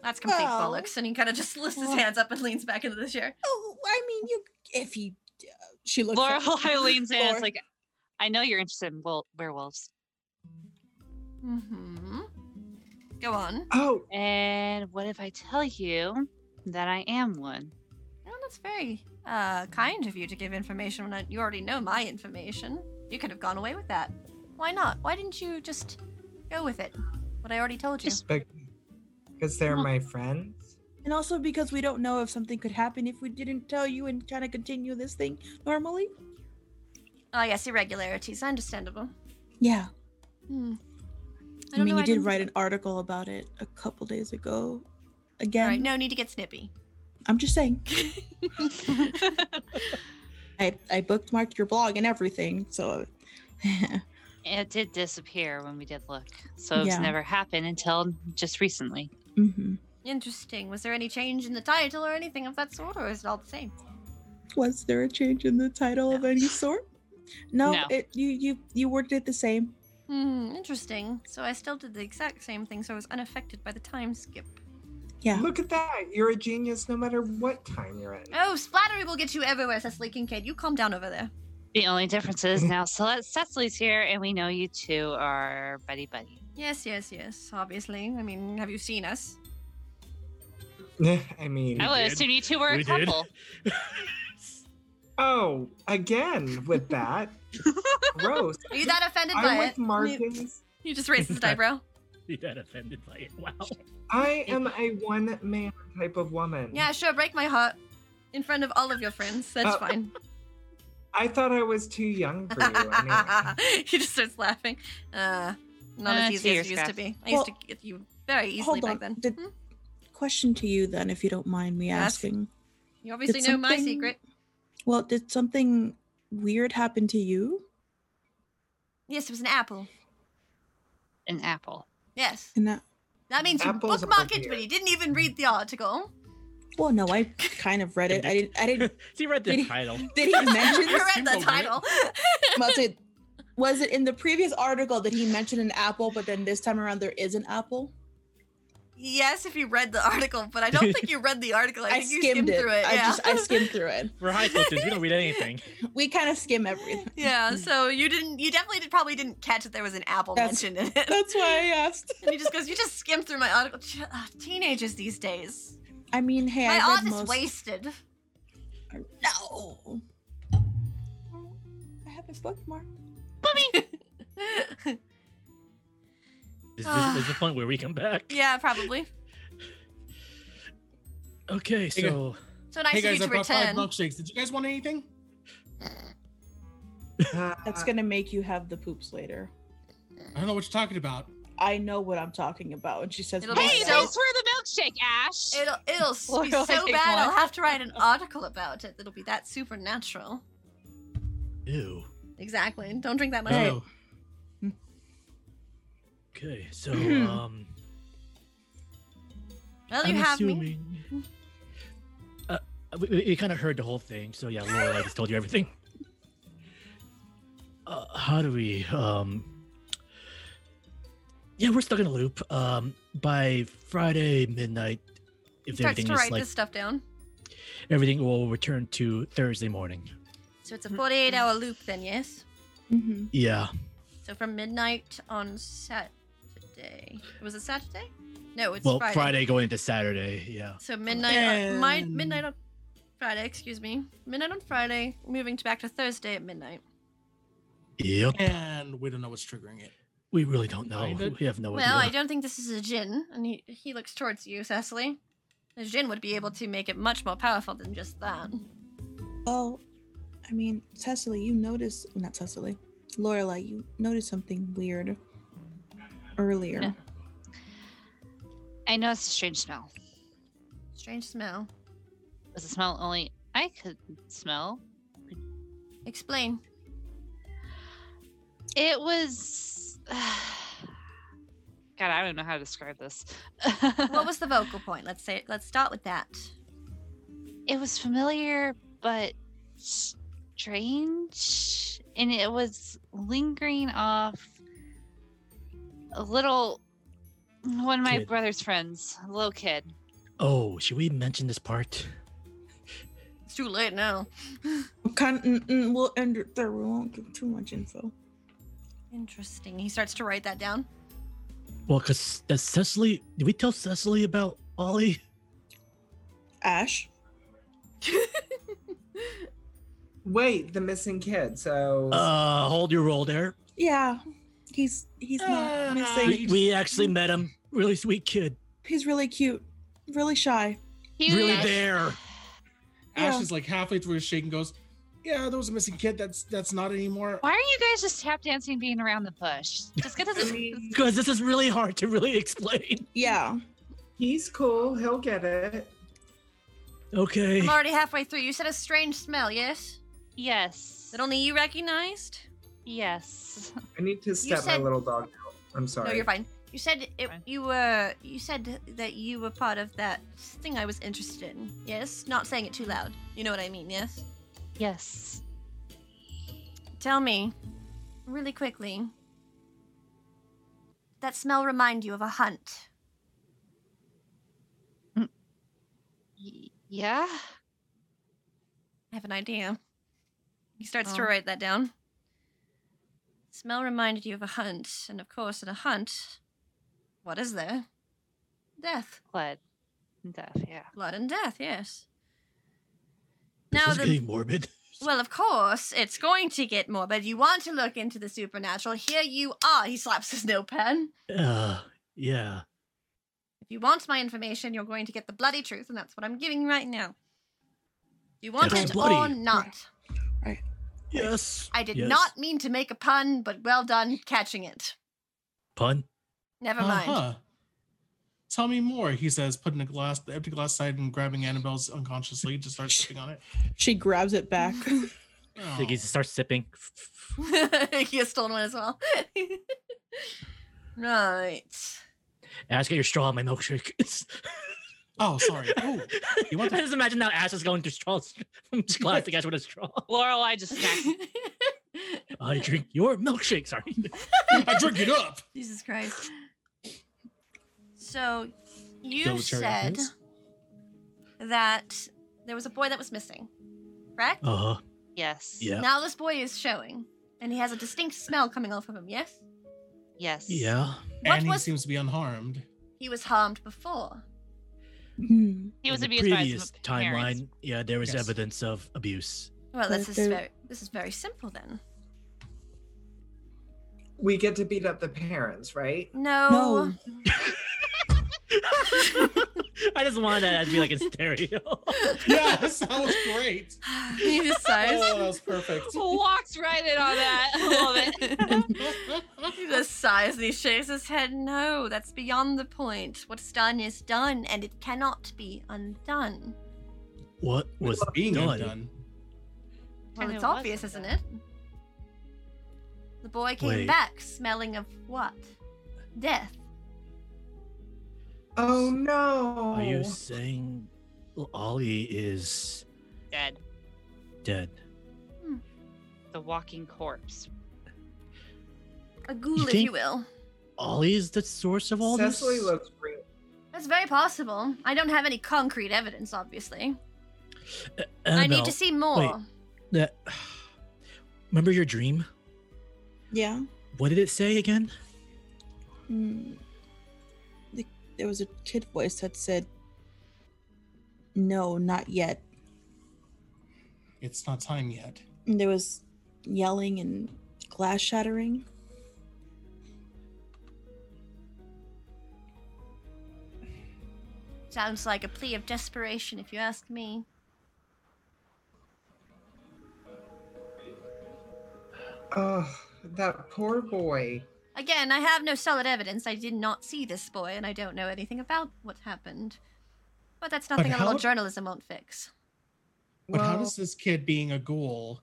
Speaker 2: That's complete
Speaker 7: Well-
Speaker 2: bollocks. And he kind of just lifts his hands up and leans back into the chair.
Speaker 7: Oh, I mean, you. If you. Uh, she looks.
Speaker 3: Laura
Speaker 7: at-
Speaker 3: leans in. It's
Speaker 7: Laura-
Speaker 3: like, I know you're interested in wel- werewolves,
Speaker 2: Mm-hmm. Go on.
Speaker 8: Oh,
Speaker 3: and what if I tell you that I am one?
Speaker 2: Well, that's very uh, kind of you to give information when I- you already know my information. You could have gone away with that. Why not? Why didn't you just go with it? What I already told you.
Speaker 8: because they're my friends.
Speaker 7: and also because we don't know if something could happen if we didn't tell you and kind of continue this thing normally.
Speaker 2: Oh, yes, irregularities. Understandable.
Speaker 7: Yeah.
Speaker 2: Hmm.
Speaker 7: I,
Speaker 2: don't know
Speaker 7: mean, you
Speaker 2: why I
Speaker 7: did
Speaker 2: didn't-
Speaker 7: write an article about it a couple days ago.
Speaker 2: All
Speaker 7: Again,
Speaker 2: right, no need to get snippy.
Speaker 7: I'm just saying. I, I bookmarked your blog and everything, so.
Speaker 3: It did disappear when we did look, so it's
Speaker 7: Yeah.
Speaker 3: never happened until just recently.
Speaker 7: hmm
Speaker 2: Interesting. Was there any change in the title or anything of that sort, or is it all the same?
Speaker 7: Was there a change in the title of any sort? No,
Speaker 3: No.
Speaker 7: It, you you you worked it the same.
Speaker 2: Hmm, interesting. So I still did the exact same thing, so I was unaffected by the time skip.
Speaker 7: Yeah.
Speaker 8: Look at that. You're a genius no matter what time you're in.
Speaker 2: Oh, splattery will get you everywhere, Cecily Kincaid. You calm down over there.
Speaker 3: The only difference is now Ce- Cecily's here, and we know you two are buddy buddy.
Speaker 2: Yes, yes, yes, obviously. I mean, have you seen us? Oh.
Speaker 8: I mean,
Speaker 3: I
Speaker 4: We
Speaker 3: would
Speaker 4: did.
Speaker 3: assume you two were a
Speaker 4: We did.
Speaker 3: couple.
Speaker 8: oh, again with that. Gross.
Speaker 2: Are you that offended
Speaker 8: I'm
Speaker 2: by
Speaker 8: with
Speaker 2: it? You,
Speaker 8: Martins.
Speaker 2: you just raised his eyebrow.
Speaker 6: Be that offended by it. Wow.
Speaker 8: I am a one man type of woman.
Speaker 2: Yeah, sure, break my heart. In front of all of your friends. That's
Speaker 8: Oh,
Speaker 2: fine.
Speaker 8: I thought I was too young for you. Anyway.
Speaker 2: he just starts laughing. Uh, not
Speaker 3: Uh,
Speaker 2: as
Speaker 3: two
Speaker 2: easy as
Speaker 3: years
Speaker 2: it used to
Speaker 3: back.
Speaker 2: be. I
Speaker 7: Well,
Speaker 2: used to get you very easily
Speaker 7: hold
Speaker 2: back
Speaker 7: on,
Speaker 2: then.
Speaker 7: did-
Speaker 2: Hmm?
Speaker 7: Question to you then, if you don't mind me
Speaker 2: Yes.
Speaker 7: asking.
Speaker 2: You obviously know my
Speaker 7: something-
Speaker 2: secret.
Speaker 7: Well, did something weird happen to you?
Speaker 2: Yes, it was an apple.
Speaker 3: An apple.
Speaker 2: Yes.
Speaker 7: And that,
Speaker 2: That means you
Speaker 8: Apples are
Speaker 2: bookmarked it,
Speaker 8: weird.
Speaker 2: but you didn't even read the article.
Speaker 7: well, no, I kind of read it. I didn't. I didn't.
Speaker 6: she read the
Speaker 7: Did he-
Speaker 6: title.
Speaker 7: Did he
Speaker 2: You
Speaker 7: mention?
Speaker 2: read the
Speaker 4: simple, right?
Speaker 2: title.
Speaker 7: Well, did- was it in the previous article that he mentioned an apple, but then this time around there is an apple?
Speaker 2: yes, if you read the article, but I don't think you read the article. I,
Speaker 7: I,
Speaker 2: think
Speaker 7: skimmed,
Speaker 2: you skimmed
Speaker 7: it.
Speaker 2: through it.
Speaker 7: I
Speaker 2: yeah.
Speaker 7: just I skimmed through it.
Speaker 6: We're high school students. We don't read anything.
Speaker 7: We kind of skim everything.
Speaker 2: yeah, so you didn't. You definitely did, probably didn't catch that there was an apple
Speaker 7: That's-
Speaker 2: mentioned in it.
Speaker 7: That's why I asked.
Speaker 2: and he just goes, "You just skimmed through my article." Ch- ah, teenagers these days,
Speaker 7: I mean, hey,
Speaker 2: my
Speaker 7: I
Speaker 2: art
Speaker 7: read
Speaker 2: is
Speaker 7: most.
Speaker 2: wasted.
Speaker 7: No. I have a bookmark.
Speaker 6: This, this, this is the
Speaker 7: Ah.
Speaker 6: point where we come back.
Speaker 2: yeah, probably.
Speaker 6: Okay,
Speaker 4: Hey, guys.
Speaker 6: so
Speaker 2: So nice
Speaker 4: hey
Speaker 2: of
Speaker 4: guys,
Speaker 2: you
Speaker 4: I
Speaker 2: to
Speaker 4: brought five
Speaker 2: return.
Speaker 4: milkshakes. Did you guys want anything?
Speaker 8: Uh,
Speaker 7: That's gonna make you have the poops later.
Speaker 4: I don't know what you're talking about.
Speaker 7: I know what I'm talking about. And she says,
Speaker 2: It'll be
Speaker 7: "Why
Speaker 3: Hey,
Speaker 2: so-
Speaker 7: not?"
Speaker 3: thanks for the milkshake, Ash.
Speaker 2: It'll it'll s- be
Speaker 12: Laura,
Speaker 2: so
Speaker 12: take
Speaker 2: bad. I'll
Speaker 12: one.
Speaker 2: have to write an article about it. That'll be that supernatural.
Speaker 6: ew.
Speaker 2: Exactly. Don't drink that much.
Speaker 4: No,
Speaker 7: Hmm.
Speaker 6: Okay, so um
Speaker 2: Well, you
Speaker 6: I'm
Speaker 2: have me.
Speaker 6: assuming uh, we, we, kind of heard the whole thing. So yeah, Laura like, just told you everything. Uh, how do we um Yeah, we're stuck in a loop. Um by Friday midnight if
Speaker 2: Starts
Speaker 6: everything
Speaker 2: to
Speaker 6: is
Speaker 2: write
Speaker 6: like
Speaker 2: this stuff down.
Speaker 6: everything will return to Thursday morning.
Speaker 2: So it's a 48 hour loop then, yes?
Speaker 7: Mm-hmm.
Speaker 6: Yeah.
Speaker 2: So from midnight on Saturday. Was it Saturday? No, it's
Speaker 6: well, Friday.
Speaker 2: Friday.
Speaker 6: going into Saturday. Yeah.
Speaker 2: So midnight on, my,
Speaker 4: Then-
Speaker 2: midnight on Friday, excuse me. Midnight on Friday, moving to back to Thursday at midnight.
Speaker 6: Yep.
Speaker 4: And we don't know what's triggering it.
Speaker 6: We really don't know.
Speaker 4: Kinda.
Speaker 6: We have no
Speaker 2: Well, I
Speaker 6: idea.
Speaker 2: don't think this is a djinn, and he, he looks towards you, Cecily. The djinn would be able to make it much more powerful than just that.
Speaker 7: Well, I mean, Cecily, you noticed not Cecily, Lorelai, you noticed something weird earlier.
Speaker 13: Yeah. I know it's a strange smell.
Speaker 2: Strange smell.
Speaker 3: It's a smell only I could smell.
Speaker 2: Explain.
Speaker 3: It was. God, I don't know how to describe this.
Speaker 2: What was the vocal point? Let's say let's start with that.
Speaker 13: It was familiar, but strange.
Speaker 3: and it was lingering off a little one of my
Speaker 6: Kid.
Speaker 3: brother's friends, a little kid.
Speaker 6: oh, should we mention this part?
Speaker 2: It's too late now.
Speaker 7: Kind mm, mm, we'll end it there. We won't give too much info.
Speaker 2: Interesting. He starts to write that down.
Speaker 6: Well, because does Cecily, did we tell Cecily about Ollie?
Speaker 7: Ash,
Speaker 8: Wait, the missing kid. So
Speaker 6: Uh, hold your roll there.
Speaker 7: yeah, he's he's
Speaker 4: Ah,
Speaker 2: Uh,
Speaker 7: not missing.
Speaker 6: We, we actually met him. Really sweet kid.
Speaker 7: He's really cute, really shy.
Speaker 3: He
Speaker 6: really
Speaker 3: was-
Speaker 6: there.
Speaker 4: Ash
Speaker 7: Yeah.
Speaker 4: is like halfway through his shake and goes, "Yeah, there was a missing kid. That's that's not anymore."
Speaker 3: Why are you guys just tap dancing being around the bush? Just get us
Speaker 8: I
Speaker 3: a-
Speaker 8: mean,
Speaker 6: Because this is really hard to really explain.
Speaker 7: Yeah,
Speaker 8: he's cool. He'll get it.
Speaker 6: Okay.
Speaker 2: I'm already halfway through. You said a strange smell, yes?
Speaker 3: Yes.
Speaker 2: That only you recognized?
Speaker 3: Yes.
Speaker 8: I need to step
Speaker 2: said-
Speaker 8: my little dog out. I'm sorry.
Speaker 2: No, you're fine. You said it,
Speaker 3: Fine.
Speaker 2: you were you said that you were part of that thing I was interested in. Yes, not saying it too loud. You know what I mean, yes?
Speaker 3: Yes.
Speaker 2: Tell me really quickly. That smell remind you of a hunt.
Speaker 3: Y- yeah.
Speaker 2: I have an idea. He starts to
Speaker 3: Oh.
Speaker 2: write that down. Smell reminded you of a hunt, and of course, in a hunt, what is there? Death.
Speaker 3: Blood. and Death. Yeah.
Speaker 2: Blood and death, yes.
Speaker 6: This
Speaker 2: Now,
Speaker 6: is
Speaker 2: the,
Speaker 6: getting morbid.
Speaker 2: well, of course, it's going to get morbid. You want to look into the supernatural. Here you are. He slaps his notepad.
Speaker 6: Uh, yeah.
Speaker 2: If you want my information, you're going to get the bloody truth, and that's what I'm giving you right now. You want
Speaker 6: That's
Speaker 2: it or
Speaker 6: bloody.
Speaker 2: not?
Speaker 6: Yes.
Speaker 2: I did
Speaker 6: Yes.
Speaker 2: not mean to make a pun, but well done catching it.
Speaker 6: Pun.
Speaker 2: Never mind.
Speaker 4: Uh-huh. Tell me more, he says, putting a glass, the empty glass aside and grabbing Annabelle's unconsciously to start sipping on it.
Speaker 7: she grabs it back.
Speaker 6: I think he
Speaker 4: Oh.
Speaker 6: starts sipping.
Speaker 2: he has stolen one as well. right.
Speaker 6: Ash, get your straw on my milkshake.
Speaker 4: Oh, sorry. Oh, you want
Speaker 6: I
Speaker 4: the-
Speaker 6: just imagine now Ash is going through straws. I'm just glad to catch with a straw.
Speaker 3: Laurel, I just snacked.
Speaker 6: I drink your milkshake. Sorry.
Speaker 4: I drink it up.
Speaker 2: Jesus Christ. So you
Speaker 6: Military
Speaker 2: said
Speaker 6: offense?
Speaker 2: that there was a boy that was missing, correct?
Speaker 6: Uh huh.
Speaker 3: yes.
Speaker 6: Yeah.
Speaker 2: Now this boy is showing, and he has a distinct smell coming off of him, yes?
Speaker 3: Yes.
Speaker 6: Yeah.
Speaker 2: What
Speaker 4: and
Speaker 2: was-
Speaker 4: he seems to be unharmed.
Speaker 2: He was harmed before.
Speaker 7: Hmm.
Speaker 3: He was
Speaker 6: In the
Speaker 3: abused by his
Speaker 6: previous
Speaker 3: m- parents.
Speaker 6: timeline. Yeah, there was
Speaker 4: Yes.
Speaker 6: evidence of abuse.
Speaker 2: Well, this
Speaker 7: But
Speaker 2: is
Speaker 7: there-
Speaker 2: very this is very simple then.
Speaker 8: We get to beat up the parents, right?
Speaker 2: No.
Speaker 7: No,
Speaker 6: I just wanted that to be like in stereo.
Speaker 4: Yes, that was great.
Speaker 2: he just sighs.
Speaker 4: Oh, that was perfect.
Speaker 3: Walks right in on that. I love
Speaker 6: Oh,
Speaker 3: it.
Speaker 2: he just sighs and he shakes his head. No, that's beyond the point. What's done is done, and it cannot be undone.
Speaker 6: what was
Speaker 4: being
Speaker 6: done?
Speaker 4: undone.
Speaker 2: Well,
Speaker 3: And
Speaker 2: it's
Speaker 3: it was
Speaker 2: obvious, isn't it?
Speaker 3: undone.
Speaker 2: The boy came
Speaker 6: Wait.
Speaker 2: back smelling of what? Death.
Speaker 8: Oh no.
Speaker 6: Are
Speaker 2: Oh.
Speaker 6: you saying Ollie is
Speaker 3: Dead.
Speaker 6: dead?
Speaker 3: The walking corpse.
Speaker 2: A ghoul, if
Speaker 6: think-
Speaker 2: you will.
Speaker 6: Ollie is the source of all
Speaker 8: Cecily
Speaker 6: this?
Speaker 8: looks real.
Speaker 2: That's very possible. I don't have any concrete evidence, obviously.
Speaker 6: Uh,
Speaker 2: I need
Speaker 6: Annabelle,
Speaker 2: to see more.
Speaker 6: that- remember your dream?
Speaker 7: Yeah.
Speaker 6: What did it say again?
Speaker 7: Mm. The- There was a kid voice that said, "No, not yet."
Speaker 4: It's not time yet.
Speaker 7: And there was yelling and glass shattering.
Speaker 2: Sounds like a plea of desperation, if you ask me.
Speaker 8: Oh, that poor boy.
Speaker 2: Again, I have no solid evidence. I did not see this boy, and I don't know anything about what happened. But that's nothing a
Speaker 4: how-
Speaker 2: little journalism won't fix.
Speaker 4: But how
Speaker 8: Well-
Speaker 4: does this kid being a ghoul?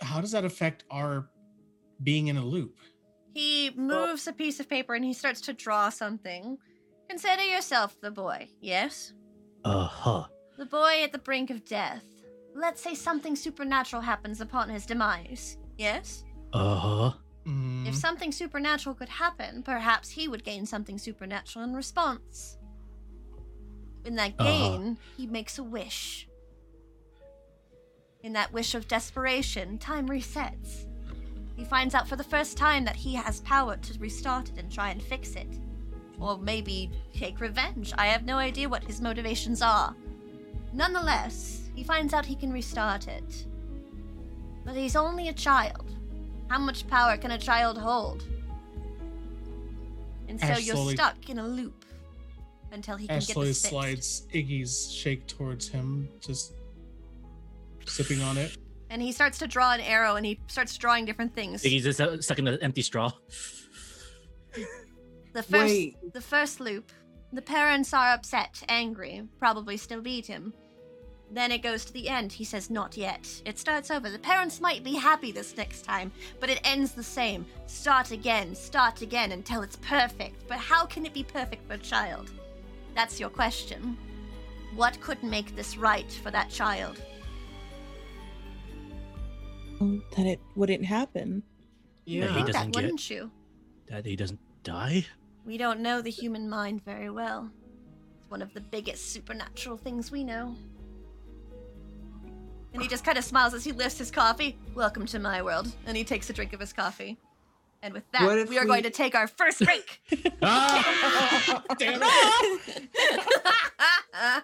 Speaker 4: How does that affect our being in a loop?
Speaker 2: He moves a piece of paper and he starts to draw something. Consider yourself the boy, yes?
Speaker 6: Uh huh.
Speaker 2: The boy at the brink of death. Let's say something supernatural happens upon his demise, yes?
Speaker 6: Uh huh.
Speaker 4: Mm,
Speaker 2: If something supernatural could happen, perhaps he would gain something supernatural in response. In that
Speaker 6: Uh-huh.
Speaker 2: gain, he makes a wish. In that wish of desperation, time resets. He finds out for the first time that he has power to restart it and try and fix it. Or maybe take revenge. I have no idea what his motivations are. Nonetheless, he finds out he can restart it. But he's only a child. How much power can a child hold? And so
Speaker 4: Ash
Speaker 2: you're
Speaker 4: slowly-
Speaker 2: stuck in a loop until he can
Speaker 4: Ash
Speaker 2: get
Speaker 4: slowly
Speaker 2: this fixed.
Speaker 4: slides Iggy's shake towards him, just sipping on it.
Speaker 2: And he starts to draw an arrow and he starts drawing different things.
Speaker 6: He's just uh, stuck in an empty straw.
Speaker 2: The first
Speaker 8: Wait.
Speaker 2: the first loop. The parents are upset, angry, probably still beat him. Then it goes to the end. He says, Not yet. It starts over. The parents might be happy this next time, but it ends the same. Start again, start again until it's perfect. But how can it be perfect for a child? That's your question. What could make this right for that child?
Speaker 7: Um, That it wouldn't happen.
Speaker 2: You would
Speaker 6: Yeah, he
Speaker 2: think
Speaker 6: doesn't
Speaker 2: that,
Speaker 6: get-
Speaker 2: wouldn't you?
Speaker 6: That he doesn't die.
Speaker 2: We don't know the human mind very well. It's one of the biggest supernatural things we know. And he just kind of smiles as he lifts his coffee. Welcome to my world. And he takes a drink of his coffee. And with that,
Speaker 8: What if
Speaker 2: we are
Speaker 8: we-
Speaker 2: going to take our first break.
Speaker 6: Ah!
Speaker 4: Damn it!
Speaker 2: Oh.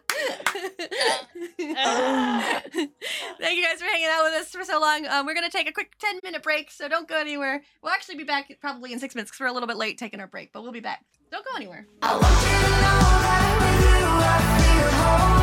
Speaker 2: Thank you guys for hanging out with us for so long. Um, we're going to take a quick 10 minute break, so don't go anywhere. We'll actually be back probably in six minutes because we're a little bit late taking our break, but we'll be back. Don't go anywhere.
Speaker 14: I want you to know that with you I feel whole